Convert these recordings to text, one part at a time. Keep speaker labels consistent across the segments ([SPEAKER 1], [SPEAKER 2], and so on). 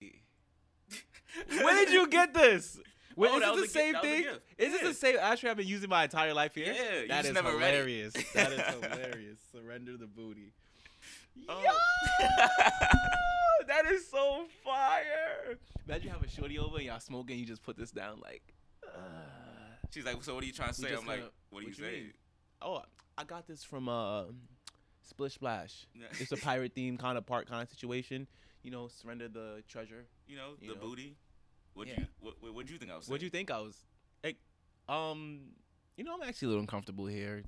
[SPEAKER 1] did you get this? Wait,
[SPEAKER 2] Oh, that
[SPEAKER 1] is it
[SPEAKER 2] was
[SPEAKER 1] the
[SPEAKER 2] a gift-
[SPEAKER 1] same
[SPEAKER 2] that was a
[SPEAKER 1] thing?
[SPEAKER 2] gift.
[SPEAKER 1] Is this
[SPEAKER 2] Yeah.
[SPEAKER 1] the same ashtray I've been using my entire life here?
[SPEAKER 2] Yeah, you
[SPEAKER 1] that
[SPEAKER 2] just
[SPEAKER 1] is
[SPEAKER 2] never read it.
[SPEAKER 1] hilarious. That is hilarious. Surrender the booty.
[SPEAKER 2] Oh.
[SPEAKER 1] Yo, that is so fire. Imagine you have a shorty over and y'all smoking, you just put this down like. Uh,
[SPEAKER 2] She's like, so what are you trying to
[SPEAKER 1] We
[SPEAKER 2] say?
[SPEAKER 1] just
[SPEAKER 2] I'm like,
[SPEAKER 1] gonna-
[SPEAKER 2] what do you
[SPEAKER 1] what you
[SPEAKER 2] say?
[SPEAKER 1] mean? oh, I got this from uh, Splish Splash.
[SPEAKER 2] Yeah.
[SPEAKER 1] It's a pirate theme kind of part kind of situation. You know, surrender the treasure.
[SPEAKER 2] You know,
[SPEAKER 1] you
[SPEAKER 2] the
[SPEAKER 1] know.
[SPEAKER 2] booty. What do
[SPEAKER 1] Yeah.
[SPEAKER 2] you what what what'd you think I was saying?
[SPEAKER 1] What'd you think I was? Like, um, you know, I'm actually a little uncomfortable here.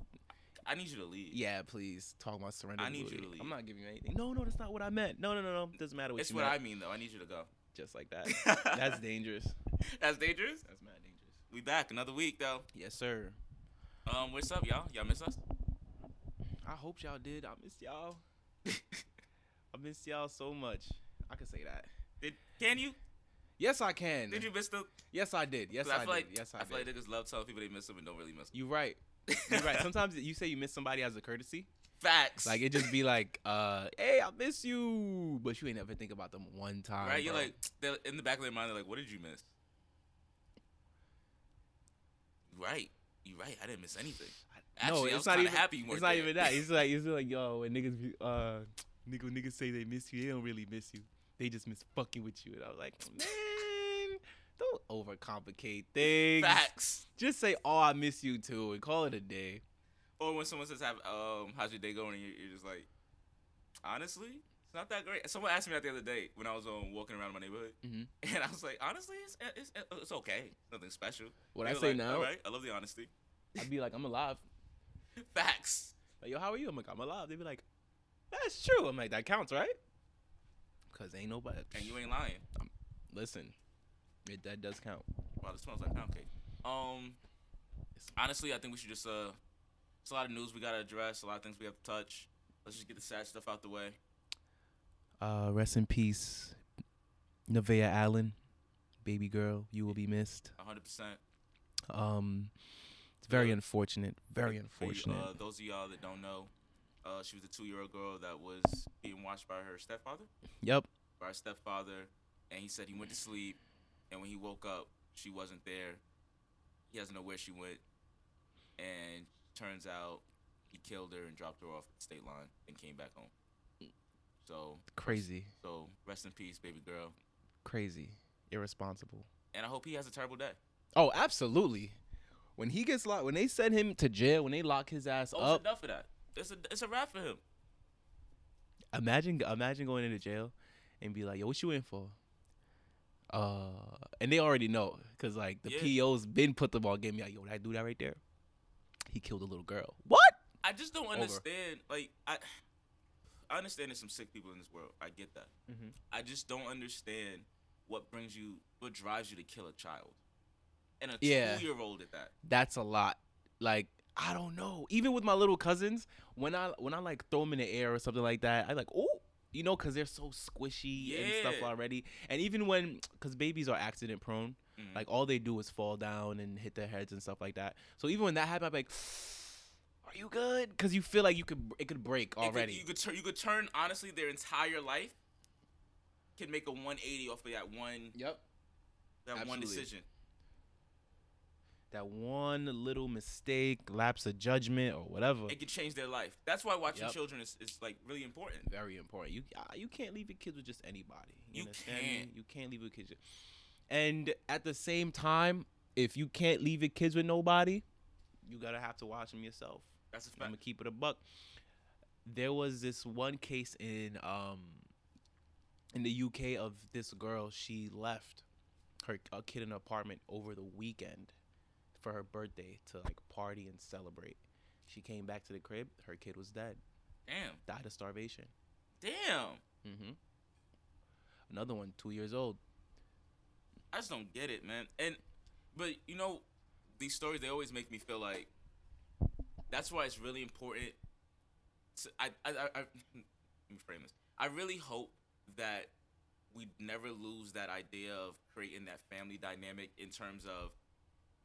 [SPEAKER 2] I need you to leave.
[SPEAKER 1] Yeah, please talk about surrender.
[SPEAKER 2] I
[SPEAKER 1] the
[SPEAKER 2] need you
[SPEAKER 1] booty.
[SPEAKER 2] to
[SPEAKER 1] I'm
[SPEAKER 2] leave.
[SPEAKER 1] not giving you anything. No, no, that's not what I meant. No, no, no, no. Doesn't matter what
[SPEAKER 2] It's
[SPEAKER 1] you
[SPEAKER 2] what
[SPEAKER 1] meant.
[SPEAKER 2] I mean though. I need you to go.
[SPEAKER 1] Just like that. that's dangerous.
[SPEAKER 2] That's dangerous.
[SPEAKER 1] That's mad dangerous.
[SPEAKER 2] We back another week though.
[SPEAKER 1] Yes, sir.
[SPEAKER 2] Um, what's up, y'all? Y'all miss us?
[SPEAKER 1] I hope y'all did. I missed y'all. I missed y'all so much. I can say that.
[SPEAKER 2] Did can you?
[SPEAKER 1] Yes, I can.
[SPEAKER 2] Did you miss them?
[SPEAKER 1] Yes, I did. Yes,
[SPEAKER 2] 'Cause
[SPEAKER 1] I,
[SPEAKER 2] feel
[SPEAKER 1] did.
[SPEAKER 2] like
[SPEAKER 1] yes, I,
[SPEAKER 2] feel
[SPEAKER 1] did.
[SPEAKER 2] like niggas love telling people they miss them and don't really miss them.
[SPEAKER 1] You're right. You're right. Sometimes you say you miss somebody as a courtesy.
[SPEAKER 2] Facts.
[SPEAKER 1] Like it just be like, uh, hey, I miss you, but you ain't ever think about them one time.
[SPEAKER 2] right? You're
[SPEAKER 1] bro.
[SPEAKER 2] like they're in the back of their mind. They're like, what did you miss? Right. You right. I didn't miss anything. Actually,
[SPEAKER 1] no,
[SPEAKER 2] I
[SPEAKER 1] it's
[SPEAKER 2] was
[SPEAKER 1] not
[SPEAKER 2] kinda
[SPEAKER 1] even
[SPEAKER 2] happy you
[SPEAKER 1] It's
[SPEAKER 2] weren't
[SPEAKER 1] not
[SPEAKER 2] there.
[SPEAKER 1] even that. It's like it's like yo, when niggas be, uh, nigga niggas say they miss you, they don't really miss you. They just miss fucking with you. And I was like, man, don't overcomplicate things.
[SPEAKER 2] Facts.
[SPEAKER 1] Just say, oh, I miss you too, and call it a day.
[SPEAKER 2] Or when someone says, "Have um, how's your day going?" and you're, you're just like, honestly, it's not that great. Someone asked me that the other day when I was um, walking around my neighborhood,
[SPEAKER 1] Mhm.
[SPEAKER 2] and I was like, honestly, it's it's, it's okay. Nothing special.
[SPEAKER 1] What
[SPEAKER 2] They
[SPEAKER 1] I
[SPEAKER 2] were
[SPEAKER 1] say
[SPEAKER 2] like,
[SPEAKER 1] now,
[SPEAKER 2] All right, I love the honesty.
[SPEAKER 1] I'd be like, I'm alive.
[SPEAKER 2] Facts.
[SPEAKER 1] Like, yo, how are you? I'm like, I'm alive. They'd be like, that's true. I'm like, that counts, right? Because ain't nobody.
[SPEAKER 2] And you ain't lying.
[SPEAKER 1] Listen, it, that does count.
[SPEAKER 2] Wow, this smells like pound cake. Um, honestly, I think we should just uh, it's a lot of news we gotta address, a lot of things we have to touch. Let's just get the sad stuff out the way.
[SPEAKER 1] Uh, rest in peace, Nevaeh Allen, baby girl. You will be missed.
[SPEAKER 2] 100. percent
[SPEAKER 1] Um, it's very
[SPEAKER 2] Uh,
[SPEAKER 1] unfortunate. Very
[SPEAKER 2] For you-
[SPEAKER 1] unfortunate.
[SPEAKER 2] uh, those of y'all that don't know, uh, she was a two-year-old girl that was being watched by her stepfather,
[SPEAKER 1] yep.
[SPEAKER 2] by her stepfather, and he said he went to sleep, and when he woke up, she wasn't there. He doesn't know where she went, and turns out he killed her and dropped her off at the state line and came back home. So,
[SPEAKER 1] Crazy.
[SPEAKER 2] so rest in peace, baby girl.
[SPEAKER 1] Crazy. Irresponsible.
[SPEAKER 2] And I hope he has a terrible day.
[SPEAKER 1] Oh, absolutely. When he gets locked, when they send him to jail, when they lock his ass
[SPEAKER 2] Oh,
[SPEAKER 1] up,
[SPEAKER 2] it's enough for that. It's a it's a wrap for him.
[SPEAKER 1] imagine imagine going into jail and be like, "Yo, what you in for?" Uh, and they already know because like the
[SPEAKER 2] Yeah.
[SPEAKER 1] PO's been put them on game. Like, yo, that dude that right there, he killed a little girl. What?
[SPEAKER 2] I just don't
[SPEAKER 1] Over.
[SPEAKER 2] understand. Like I, I understand there's some sick people in this world. I get that.
[SPEAKER 1] Mhm.
[SPEAKER 2] I just don't understand what brings you, what drives you to kill a child, and a
[SPEAKER 1] Yeah.
[SPEAKER 2] two-year-old at that.
[SPEAKER 1] That's a lot. Like, I don't know. Even with my little cousins, when I when I like throw them in the air or something like that, I like, oh, you know, because they're so squishy and stuff
[SPEAKER 2] Yeah.
[SPEAKER 1] already. And even when, because babies are accident prone.
[SPEAKER 2] Mhm.
[SPEAKER 1] Like all they do is fall down and hit their heads and stuff like that. So even when that happened, I'm like, "Are you good?" Because you feel like you could it could
[SPEAKER 2] It
[SPEAKER 1] break
[SPEAKER 2] could-
[SPEAKER 1] already.
[SPEAKER 2] you could turn. You could turn. Honestly, their entire life can make a 180 off of that one.
[SPEAKER 1] yep.
[SPEAKER 2] That one
[SPEAKER 1] absolutely.
[SPEAKER 2] decision.
[SPEAKER 1] That one little mistake, lapse of judgment, or whatever.
[SPEAKER 2] It could change their life. That's why watching
[SPEAKER 1] Yep.
[SPEAKER 2] children is, is like really important.
[SPEAKER 1] Very important. You uh, you can't leave your kids with just anybody.
[SPEAKER 2] You
[SPEAKER 1] You, understand me?
[SPEAKER 2] can't.
[SPEAKER 1] You can't leave your kids. ju- And at the same time, if you can't leave your kids with nobody, you gotta have to watch them yourself.
[SPEAKER 2] That's a
[SPEAKER 1] I'm
[SPEAKER 2] fact.
[SPEAKER 1] gonna keep it a buck. There was this one case in um in the UK of this girl. She left her a kid in an apartment over the weekend for her birthday to like party and celebrate. She came back to the crib. Her kid was dead.
[SPEAKER 2] Damn.
[SPEAKER 1] Died of starvation.
[SPEAKER 2] Damn.
[SPEAKER 1] Mm-hmm. Another one, two years old.
[SPEAKER 2] I just don't get it, man. And but you know, these stories they always make me feel like that's why it's really important. To, I, I, I, I let me frame this. I really hope that we never lose that idea of creating that family dynamic in terms of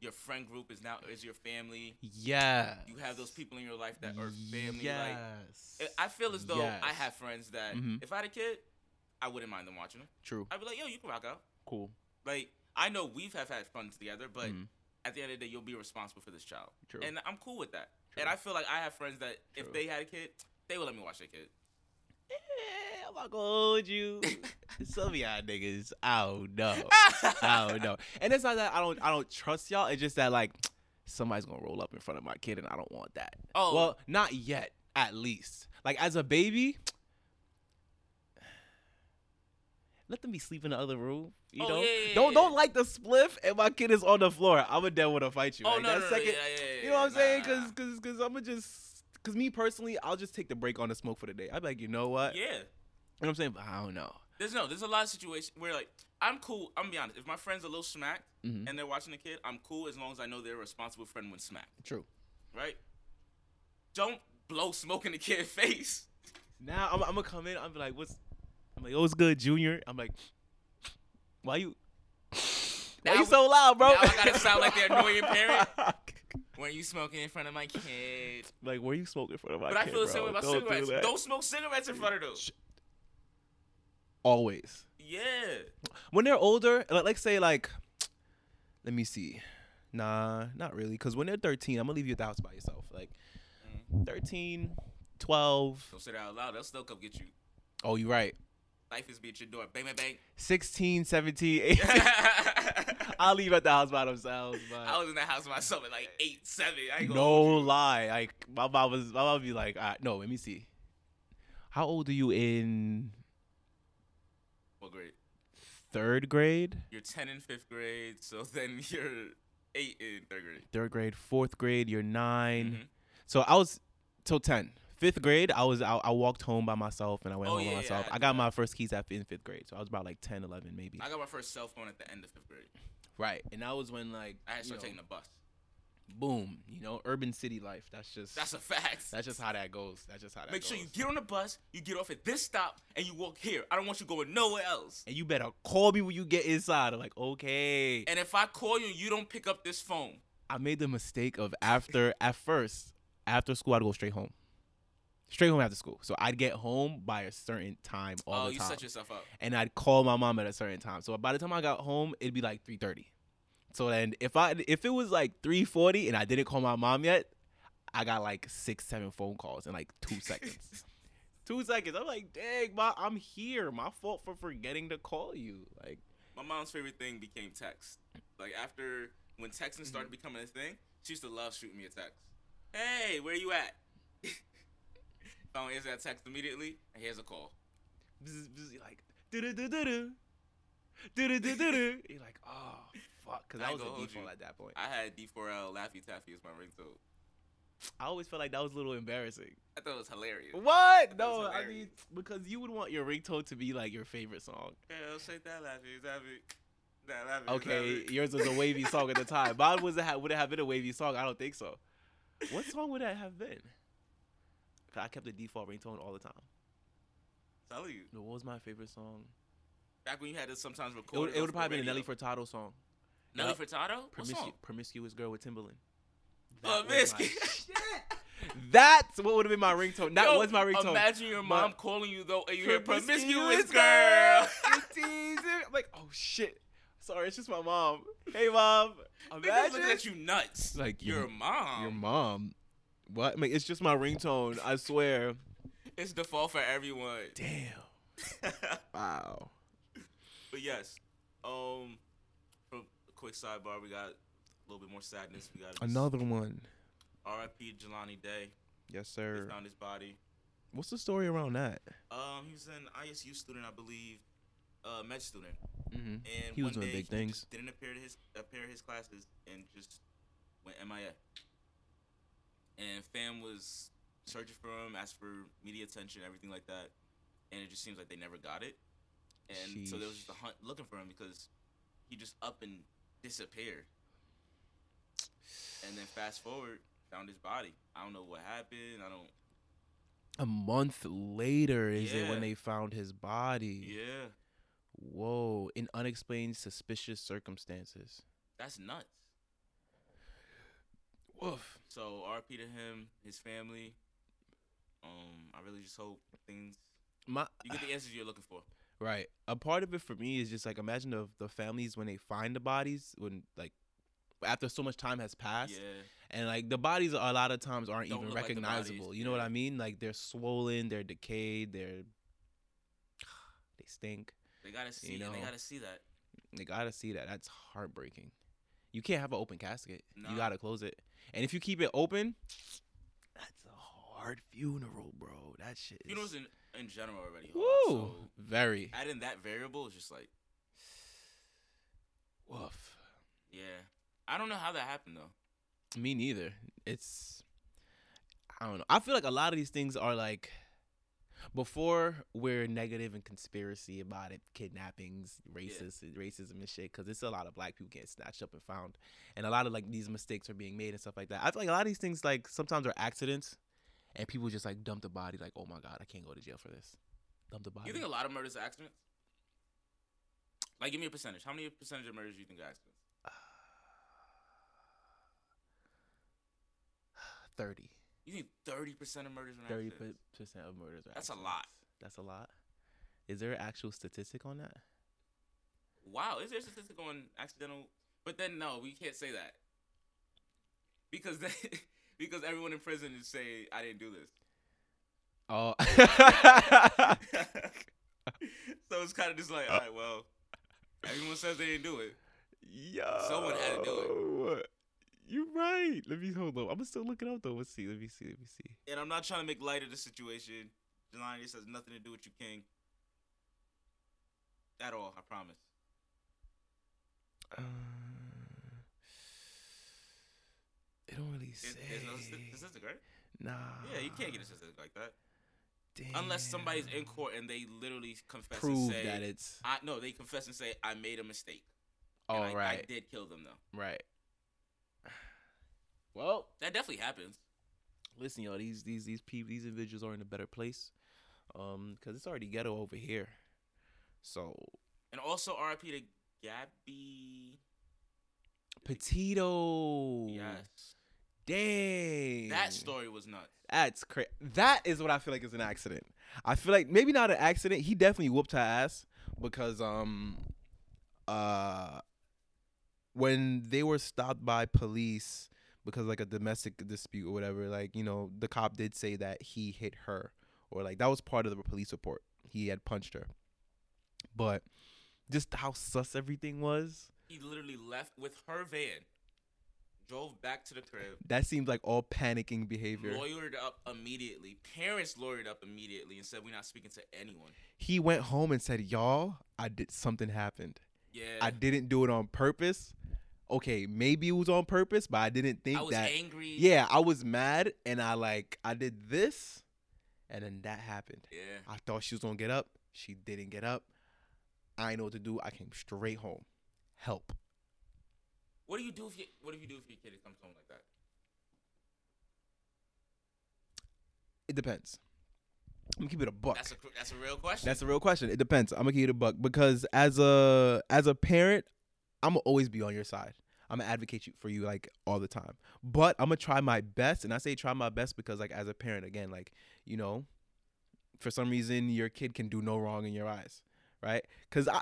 [SPEAKER 2] your friend group is now is your family.
[SPEAKER 1] Yeah.
[SPEAKER 2] You have those people in your life that are family. Like
[SPEAKER 1] Yes.
[SPEAKER 2] I feel as though I
[SPEAKER 1] Yes.
[SPEAKER 2] have friends that
[SPEAKER 1] Mhm.
[SPEAKER 2] if I had a kid, I wouldn't mind them watching them.
[SPEAKER 1] True.
[SPEAKER 2] I'd be like, yo, you can rock out.
[SPEAKER 1] Cool.
[SPEAKER 2] Like I know we've have had fun together, but
[SPEAKER 1] Mhm.
[SPEAKER 2] at the end of the day, you'll be responsible for this child,
[SPEAKER 1] True.
[SPEAKER 2] and I'm cool with that. And
[SPEAKER 1] True.
[SPEAKER 2] I feel like I have friends that
[SPEAKER 1] True.
[SPEAKER 2] if they had a kid, they would let me watch their kid.
[SPEAKER 1] Eh, I'm not gonna hold you. Some of y'all niggas, I don't know. I don't know. And it's not that I don't I don't trust y'all. It's just that like somebody's gonna roll up in front of my kid, and I don't want that.
[SPEAKER 2] Oh,
[SPEAKER 1] Well, not yet, at least. Like as a baby, let them be sleeping in the other room. You
[SPEAKER 2] Oh,
[SPEAKER 1] know,
[SPEAKER 2] yeah, yeah,
[SPEAKER 1] don't
[SPEAKER 2] yeah.
[SPEAKER 1] don't like the spliff, and my kid is on the floor. I'm a devil to fight you.
[SPEAKER 2] oh
[SPEAKER 1] Like,
[SPEAKER 2] no,
[SPEAKER 1] that
[SPEAKER 2] no, no,
[SPEAKER 1] second,
[SPEAKER 2] yeah, yeah, yeah,
[SPEAKER 1] you know what I'm
[SPEAKER 2] yeah, nah,
[SPEAKER 1] saying? Because
[SPEAKER 2] nah.
[SPEAKER 1] because because I'm gonna just because me personally, I'll just take the break on the smoke for the day. I'd be like, you know what?
[SPEAKER 2] yeah,
[SPEAKER 1] You know what I'm saying? But I don't know.
[SPEAKER 2] there's no, there's a lot of situations where like I'm cool. I'm gonna be honest. If my friend's a little smacked
[SPEAKER 1] Mhm.
[SPEAKER 2] and they're watching the kid, I'm cool as long as I know they're a responsible friend when smacked.
[SPEAKER 1] True.
[SPEAKER 2] right? Don't blow smoke in the kid's face.
[SPEAKER 1] Now I'm, I'm gonna come in. I'm like, what's? I'm like, oh, it's good, Junior. I'm like, why you? Why
[SPEAKER 2] Now
[SPEAKER 1] you so loud, bro?
[SPEAKER 2] now I gotta sound like the annoying parent? When you smoking in front of my kid?
[SPEAKER 1] like, where you smoking from?
[SPEAKER 2] But I feel the same way about cigarettes. Don't smoke cigarettes in front of them.
[SPEAKER 1] Sh- always.
[SPEAKER 2] Yeah.
[SPEAKER 1] when they're older, like, like say like, let me see, nah, not really, because when they're 13, I'm gonna leave you at the house by yourself. Like,
[SPEAKER 2] Mm-hmm.
[SPEAKER 1] 13, 12.
[SPEAKER 2] Don't say that out loud. They'll still come get you.
[SPEAKER 1] Oh, you're right.
[SPEAKER 2] Life is be at your door. Bang, bang, bang.
[SPEAKER 1] 16, 17, 18. I'll leave at the house by themselves.
[SPEAKER 2] I
[SPEAKER 1] But
[SPEAKER 2] was in the house myself at like eight, seven. I ain't gonna
[SPEAKER 1] no
[SPEAKER 2] hold you.
[SPEAKER 1] lie, like my mom was, my mom be like, All right, no, let me see. How old are you in
[SPEAKER 2] Well, great.
[SPEAKER 1] third grade?
[SPEAKER 2] You're ten in fifth grade, so then you're eight in third grade.
[SPEAKER 1] Third grade, fourth grade, you're 9
[SPEAKER 2] Mhm.
[SPEAKER 1] So I was till ten. Fifth grade, I was I, I walked home by myself and I went
[SPEAKER 2] Oh,
[SPEAKER 1] home
[SPEAKER 2] yeah,
[SPEAKER 1] by
[SPEAKER 2] yeah,
[SPEAKER 1] myself.
[SPEAKER 2] I
[SPEAKER 1] I
[SPEAKER 2] do
[SPEAKER 1] got
[SPEAKER 2] that.
[SPEAKER 1] my first keys at in fifth grade, so I was about like 10, 11 maybe.
[SPEAKER 2] I got my first cell phone at the end of fifth grade.
[SPEAKER 1] right, and that was when like
[SPEAKER 2] I had to
[SPEAKER 1] you
[SPEAKER 2] start
[SPEAKER 1] know,
[SPEAKER 2] taking the bus.
[SPEAKER 1] boom, you know, urban city life. That's just
[SPEAKER 2] That's a fact.
[SPEAKER 1] that's just how that goes. That's just how that
[SPEAKER 2] Make
[SPEAKER 1] goes.
[SPEAKER 2] sure you get on the bus, you get off at this stop, and you walk here. I don't want you going nowhere else.
[SPEAKER 1] and you better call me when you get inside. I'm like, okay,
[SPEAKER 2] And if I call you, and you don't pick up this phone.
[SPEAKER 1] I made the mistake of after at first after school I'd go straight home, straight home after school. So I'd get home by a certain time all
[SPEAKER 2] oh,
[SPEAKER 1] the
[SPEAKER 2] you
[SPEAKER 1] time.
[SPEAKER 2] set yourself up.
[SPEAKER 1] and I'd call my mom at a certain time. So by the time I got home, it'd be like three thirty. So then if I if it was like three forty and I didn't call my mom yet, I got like six seven phone calls in like two seconds. two seconds. I'm like, dang, ma, I'm here. My fault for forgetting to call you. Like,
[SPEAKER 2] My mom's favorite thing became text. Like after when texting started becoming a thing, she used to love shooting me a text. Hey, where you at? if I don't answer that text immediately, and here's a call.
[SPEAKER 1] bzz, bzz, like do do do do do. Do-do-do-do-do. You're like, oh fuck, because
[SPEAKER 2] I
[SPEAKER 1] I was a
[SPEAKER 2] go hold
[SPEAKER 1] default
[SPEAKER 2] you.
[SPEAKER 1] at that point.
[SPEAKER 2] I had D4L Laffy Taffy as my ringtone.
[SPEAKER 1] I always felt like that was a little embarrassing.
[SPEAKER 2] I thought it was hilarious. That was
[SPEAKER 1] What? No, I
[SPEAKER 2] hilarious.
[SPEAKER 1] mean because you would want your ringtone to be like your favorite song.
[SPEAKER 2] Girl, shake that Laffy Taffy. That Laffy Taffy.
[SPEAKER 1] Okay, yours was a wavy song at the time. Mine was a, would it have been a wavy song? I don't think so. What song would that have been? 'Cause I kept the default ringtone all the time.
[SPEAKER 2] Tell you.
[SPEAKER 1] But what was my favorite song?
[SPEAKER 2] Back when you had to sometimes
[SPEAKER 1] It
[SPEAKER 2] record.
[SPEAKER 1] would, it would
[SPEAKER 2] off
[SPEAKER 1] probably
[SPEAKER 2] the
[SPEAKER 1] been a Nelly
[SPEAKER 2] radio.
[SPEAKER 1] Furtado song.
[SPEAKER 2] Nelly
[SPEAKER 1] Yep.
[SPEAKER 2] Furtado? What
[SPEAKER 1] Promiscu-
[SPEAKER 2] song?
[SPEAKER 1] Promiscuous Girl with Timbaland.
[SPEAKER 2] Oh,
[SPEAKER 1] was
[SPEAKER 2] miss.
[SPEAKER 1] my- that's what would have been my ringtone. That
[SPEAKER 2] Yo,
[SPEAKER 1] was my ringtone.
[SPEAKER 2] Imagine your mom
[SPEAKER 1] My-
[SPEAKER 2] calling you though, and you hear
[SPEAKER 1] Promiscuous
[SPEAKER 2] promiscuous girl.
[SPEAKER 1] you teasing. I'm like, oh shit. Sorry, it's just my mom. Hey, mom.
[SPEAKER 2] Niggas
[SPEAKER 1] Imagine.
[SPEAKER 2] looking at you nuts.
[SPEAKER 1] Like,
[SPEAKER 2] your,
[SPEAKER 1] your-
[SPEAKER 2] mom.
[SPEAKER 1] Your mom. What? I mean, it's just my ringtone. I swear.
[SPEAKER 2] It's the fault for everyone.
[SPEAKER 1] Damn.
[SPEAKER 2] but
[SPEAKER 1] Wow.
[SPEAKER 2] yes, um, from a quick sidebar, we got a little bit more sadness. We got
[SPEAKER 1] Another one.
[SPEAKER 2] R.I.P. Jelani Day.
[SPEAKER 1] Yes,
[SPEAKER 2] They
[SPEAKER 1] sir.
[SPEAKER 2] found his body.
[SPEAKER 1] What's the story around that?
[SPEAKER 2] Um, he was an ISU student, I believe, uh, med student.
[SPEAKER 1] Mm-hmm.
[SPEAKER 2] And
[SPEAKER 1] He was
[SPEAKER 2] one
[SPEAKER 1] doing
[SPEAKER 2] day
[SPEAKER 1] big
[SPEAKER 2] he
[SPEAKER 1] things.
[SPEAKER 2] just Didn't appear to his appear to his classes and just went MIA. And fam was searching for him, asked for media attention, everything like that. And it just seems like they never got it. And so there was just a
[SPEAKER 1] Sheesh.
[SPEAKER 2] hunt looking for him because he just up and disappeared. And then fast forward, found his body. I don't know what happened. I don't.
[SPEAKER 1] A month later is it
[SPEAKER 2] Yeah.
[SPEAKER 1] when they found his body.
[SPEAKER 2] Yeah,
[SPEAKER 1] Whoa. In unexplained suspicious circumstances.
[SPEAKER 2] that's nuts.
[SPEAKER 1] Woof.
[SPEAKER 2] So RP to him, his family. Um, I really just hope things
[SPEAKER 1] My
[SPEAKER 2] you get the answers you're looking for.
[SPEAKER 1] Right. A part of it for me is just like imagine the the families when they find the bodies when like after so much time has passed
[SPEAKER 2] yeah,
[SPEAKER 1] and like the bodies a lot of times aren't
[SPEAKER 2] Don't
[SPEAKER 1] even
[SPEAKER 2] look like the bodies,
[SPEAKER 1] recognizable. you know what
[SPEAKER 2] yeah.
[SPEAKER 1] I mean? Like they're swollen, they're decayed, they're they stink.
[SPEAKER 2] they gotta see. and they
[SPEAKER 1] know.
[SPEAKER 2] gotta see that.
[SPEAKER 1] They gotta see that. That's heartbreaking. You can't have an open casket.
[SPEAKER 2] Nah.
[SPEAKER 1] You gotta close it. And if you keep it open, that's a hard funeral, bro. That shit. Is,
[SPEAKER 2] Funerals in, in general are already hard.
[SPEAKER 1] Woo,
[SPEAKER 2] So
[SPEAKER 1] very
[SPEAKER 2] adding that variable is just like,
[SPEAKER 1] woof.
[SPEAKER 2] yeah. I don't know how that happened though.
[SPEAKER 1] Me neither. It's I don't know. I feel like a lot of these things are like before we're negative and conspiracy about it, kidnappings, racist, racism and shit, because it's a lot of black people getting snatched up and found, and a lot of like these mistakes are being made and stuff like that. I feel like a lot of these things like sometimes are accidents, and people just like dump the body, like oh my god, I can't go to jail for this. Dump the body.
[SPEAKER 2] You think a lot of murders are accidents? Like, give me a percentage. How many percentage of murders do you think are accidents?
[SPEAKER 1] thirty.
[SPEAKER 2] You think thirty percent of murders are
[SPEAKER 1] Thirty
[SPEAKER 2] accidents?
[SPEAKER 1] percent of murders. Are
[SPEAKER 2] That's a
[SPEAKER 1] accidents.
[SPEAKER 2] lot.
[SPEAKER 1] That's a lot. Is there an actual statistic on that?
[SPEAKER 2] Wow, is there a statistic on accidental? But then no, we can't say that because then, because everyone in prison is say I didn't do this.
[SPEAKER 1] Oh,
[SPEAKER 2] so it's kind of just like, all right, well, everyone says they didn't do it.
[SPEAKER 1] yo,
[SPEAKER 2] Someone had to do
[SPEAKER 1] it. You're right. Let me hold on. I'm still looking up though. Let's see. Let me see. Let me see.
[SPEAKER 2] And I'm not trying to make light of the situation. Jelani, this has nothing to do with you, King. At all, I promise.
[SPEAKER 1] Uh, it don't really say.
[SPEAKER 2] There's, there's no st- statistic, right?
[SPEAKER 1] nah.
[SPEAKER 2] Yeah, you can't get a statistic like that
[SPEAKER 1] Damn.
[SPEAKER 2] unless somebody's in court and they literally confess
[SPEAKER 1] Prove
[SPEAKER 2] and say,
[SPEAKER 1] that it's
[SPEAKER 2] I no, they confess and say I made a mistake.
[SPEAKER 1] all
[SPEAKER 2] and
[SPEAKER 1] Oh, right.
[SPEAKER 2] I, I did kill them though.
[SPEAKER 1] Right. Well,
[SPEAKER 2] That definitely happens.
[SPEAKER 1] listen, y'all. These these these people, these individuals are in a better place, um, because it's already ghetto over here. So
[SPEAKER 2] And also RIP to Gabby.
[SPEAKER 1] Petito.
[SPEAKER 2] Yes.
[SPEAKER 1] Dang.
[SPEAKER 2] That story was nuts.
[SPEAKER 1] That's crazy. That is what I feel like is an accident. I feel like maybe not an accident. He definitely whooped her ass because um uh when they were stopped by police because like a domestic dispute or whatever, like, you know, the cop did say that he hit her or like that was part of the police report. He had punched her. But just how sus everything was,
[SPEAKER 2] He literally left with her van, drove back to the crib,
[SPEAKER 1] that seems like all panicking behavior.
[SPEAKER 2] lawyered up immediately. Parents lawyered up immediately and said we're not speaking to anyone.
[SPEAKER 1] he went home and said, "Y'all, I did something happened.
[SPEAKER 2] Yeah.
[SPEAKER 1] I didn't do it on purpose. Okay, maybe it was on purpose, but I didn't think
[SPEAKER 2] I was
[SPEAKER 1] that.
[SPEAKER 2] angry.
[SPEAKER 1] Yeah, I was mad and I like I did this, and then that happened.
[SPEAKER 2] Yeah.
[SPEAKER 1] I thought she was gonna get up. She didn't get up. I know what to do. I came straight home. Help.
[SPEAKER 2] What do you do if you what do you do if your kid comes home like that?
[SPEAKER 1] It depends. I'm gonna keep it a buck.
[SPEAKER 2] That's a cr- that's a real question.
[SPEAKER 1] That's a real question. It depends. I'm gonna give you the buck because as a as a parent, I'm gonna always be on your side. I'm gonna advocate you for you like all the time. But I'm gonna try my best, and I say try my best because like as a parent, again, like you know, for some reason your kid can do no wrong in your eyes, right? Because I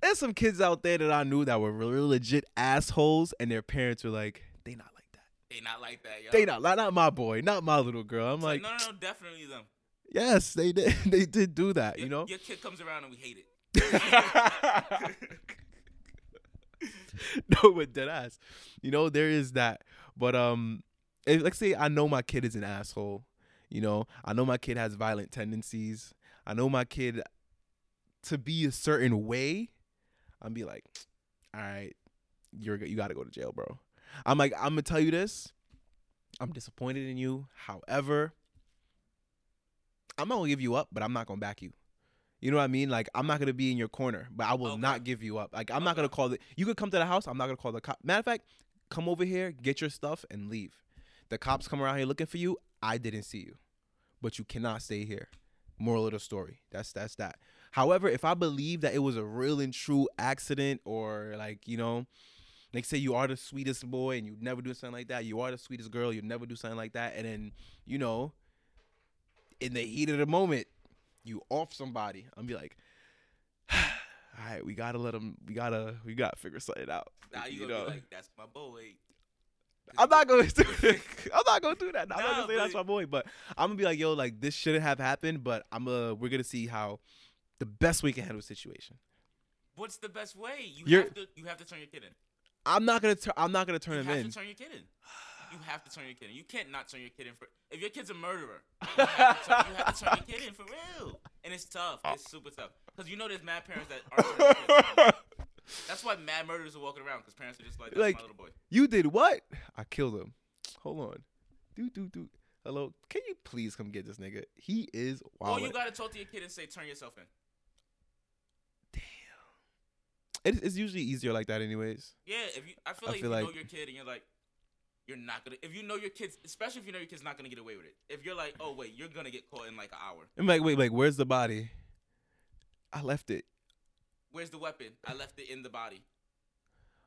[SPEAKER 1] there's some kids out there that I knew that were real legit assholes, and their parents were like, they not like that.
[SPEAKER 2] they not like that, yo.
[SPEAKER 1] They not not not my boy, not my little girl. I'm
[SPEAKER 2] It's like,
[SPEAKER 1] like,
[SPEAKER 2] no, no, no, definitely them.
[SPEAKER 1] yes, they did. They did do that,
[SPEAKER 2] Your,
[SPEAKER 1] you know.
[SPEAKER 2] your kid comes around and we hate it.
[SPEAKER 1] no, but dead ass. You know, there is that. But um, if, let's say I know my kid is an asshole. You know, I know my kid has violent tendencies. I know my kid to be a certain way. I'm be like, all right, you're go- you got to go to jail, bro. I'm like, I'm gonna tell you this. I'm disappointed in you. However, I'm not gonna give you up, but I'm not gonna back you. You know what I mean? Like I'm not gonna be in your corner, but I will
[SPEAKER 2] Okay.
[SPEAKER 1] not give you up. Like I'm not gonna
[SPEAKER 2] Okay.
[SPEAKER 1] call the. You could come to the house. I'm not gonna call the cop. Matter of fact, come over here, get your stuff, and leave. The cops come around here looking for you. I didn't see you, but you cannot stay here. Moral of the story. That's that's that. However, if I believe that it was a real and true accident, or like you know, like say you are the sweetest boy and you never do something like that, you are the sweetest girl, you never do something like that, and then you know, in the heat of the moment, you off somebody. I'm be like, all right, we gotta let him. We gotta. We gotta figure something out.
[SPEAKER 2] Now you,
[SPEAKER 1] you
[SPEAKER 2] gonna
[SPEAKER 1] know,
[SPEAKER 2] be like, that's my boy.
[SPEAKER 1] I'm not gonna. Do, I'm not gonna do that. I'm not
[SPEAKER 2] Nah,
[SPEAKER 1] gonna say that's
[SPEAKER 2] but-
[SPEAKER 1] my boy. But I'm gonna be like, yo, like this shouldn't have happened. But I'm uh, we're gonna see how the best we can handle the situation.
[SPEAKER 2] What's the best way? You
[SPEAKER 1] You're-
[SPEAKER 2] have to you have to turn your kid in.
[SPEAKER 1] I'm not gonna. Tur- I'm not gonna turn
[SPEAKER 2] You
[SPEAKER 1] him
[SPEAKER 2] have
[SPEAKER 1] in.
[SPEAKER 2] to turn your kid in. You have to turn your kid in. You can't not turn your kid in for if your kid's a murderer. You have to turn, you have to turn your kid in for real, and it's tough.
[SPEAKER 1] Uh.
[SPEAKER 2] It's super tough because you know there's mad parents that aren't. turning their kids in. That's why mad murderers are walking around because parents are just like, That's
[SPEAKER 1] Like-
[SPEAKER 2] my little boy.
[SPEAKER 1] you did what? I killed him. Hold on. Do do do. Hello. Can you please come get this nigga? He is
[SPEAKER 2] Or
[SPEAKER 1] wild.
[SPEAKER 2] Oh, you gotta talk to your kid and say, turn yourself in.
[SPEAKER 1] It's, it's usually easier like that, anyways.
[SPEAKER 2] Yeah, if you, I feel
[SPEAKER 1] I
[SPEAKER 2] like
[SPEAKER 1] feel
[SPEAKER 2] if you know
[SPEAKER 1] like-
[SPEAKER 2] your kid and you're like, you're not gonna. If you know your kids, especially if you know your kid's not gonna get away with it. If you're like, oh wait, you're gonna get caught in like an hour.
[SPEAKER 1] I'm like, wait, like, where's the body? I left it.
[SPEAKER 2] Where's the weapon? I left it in the body.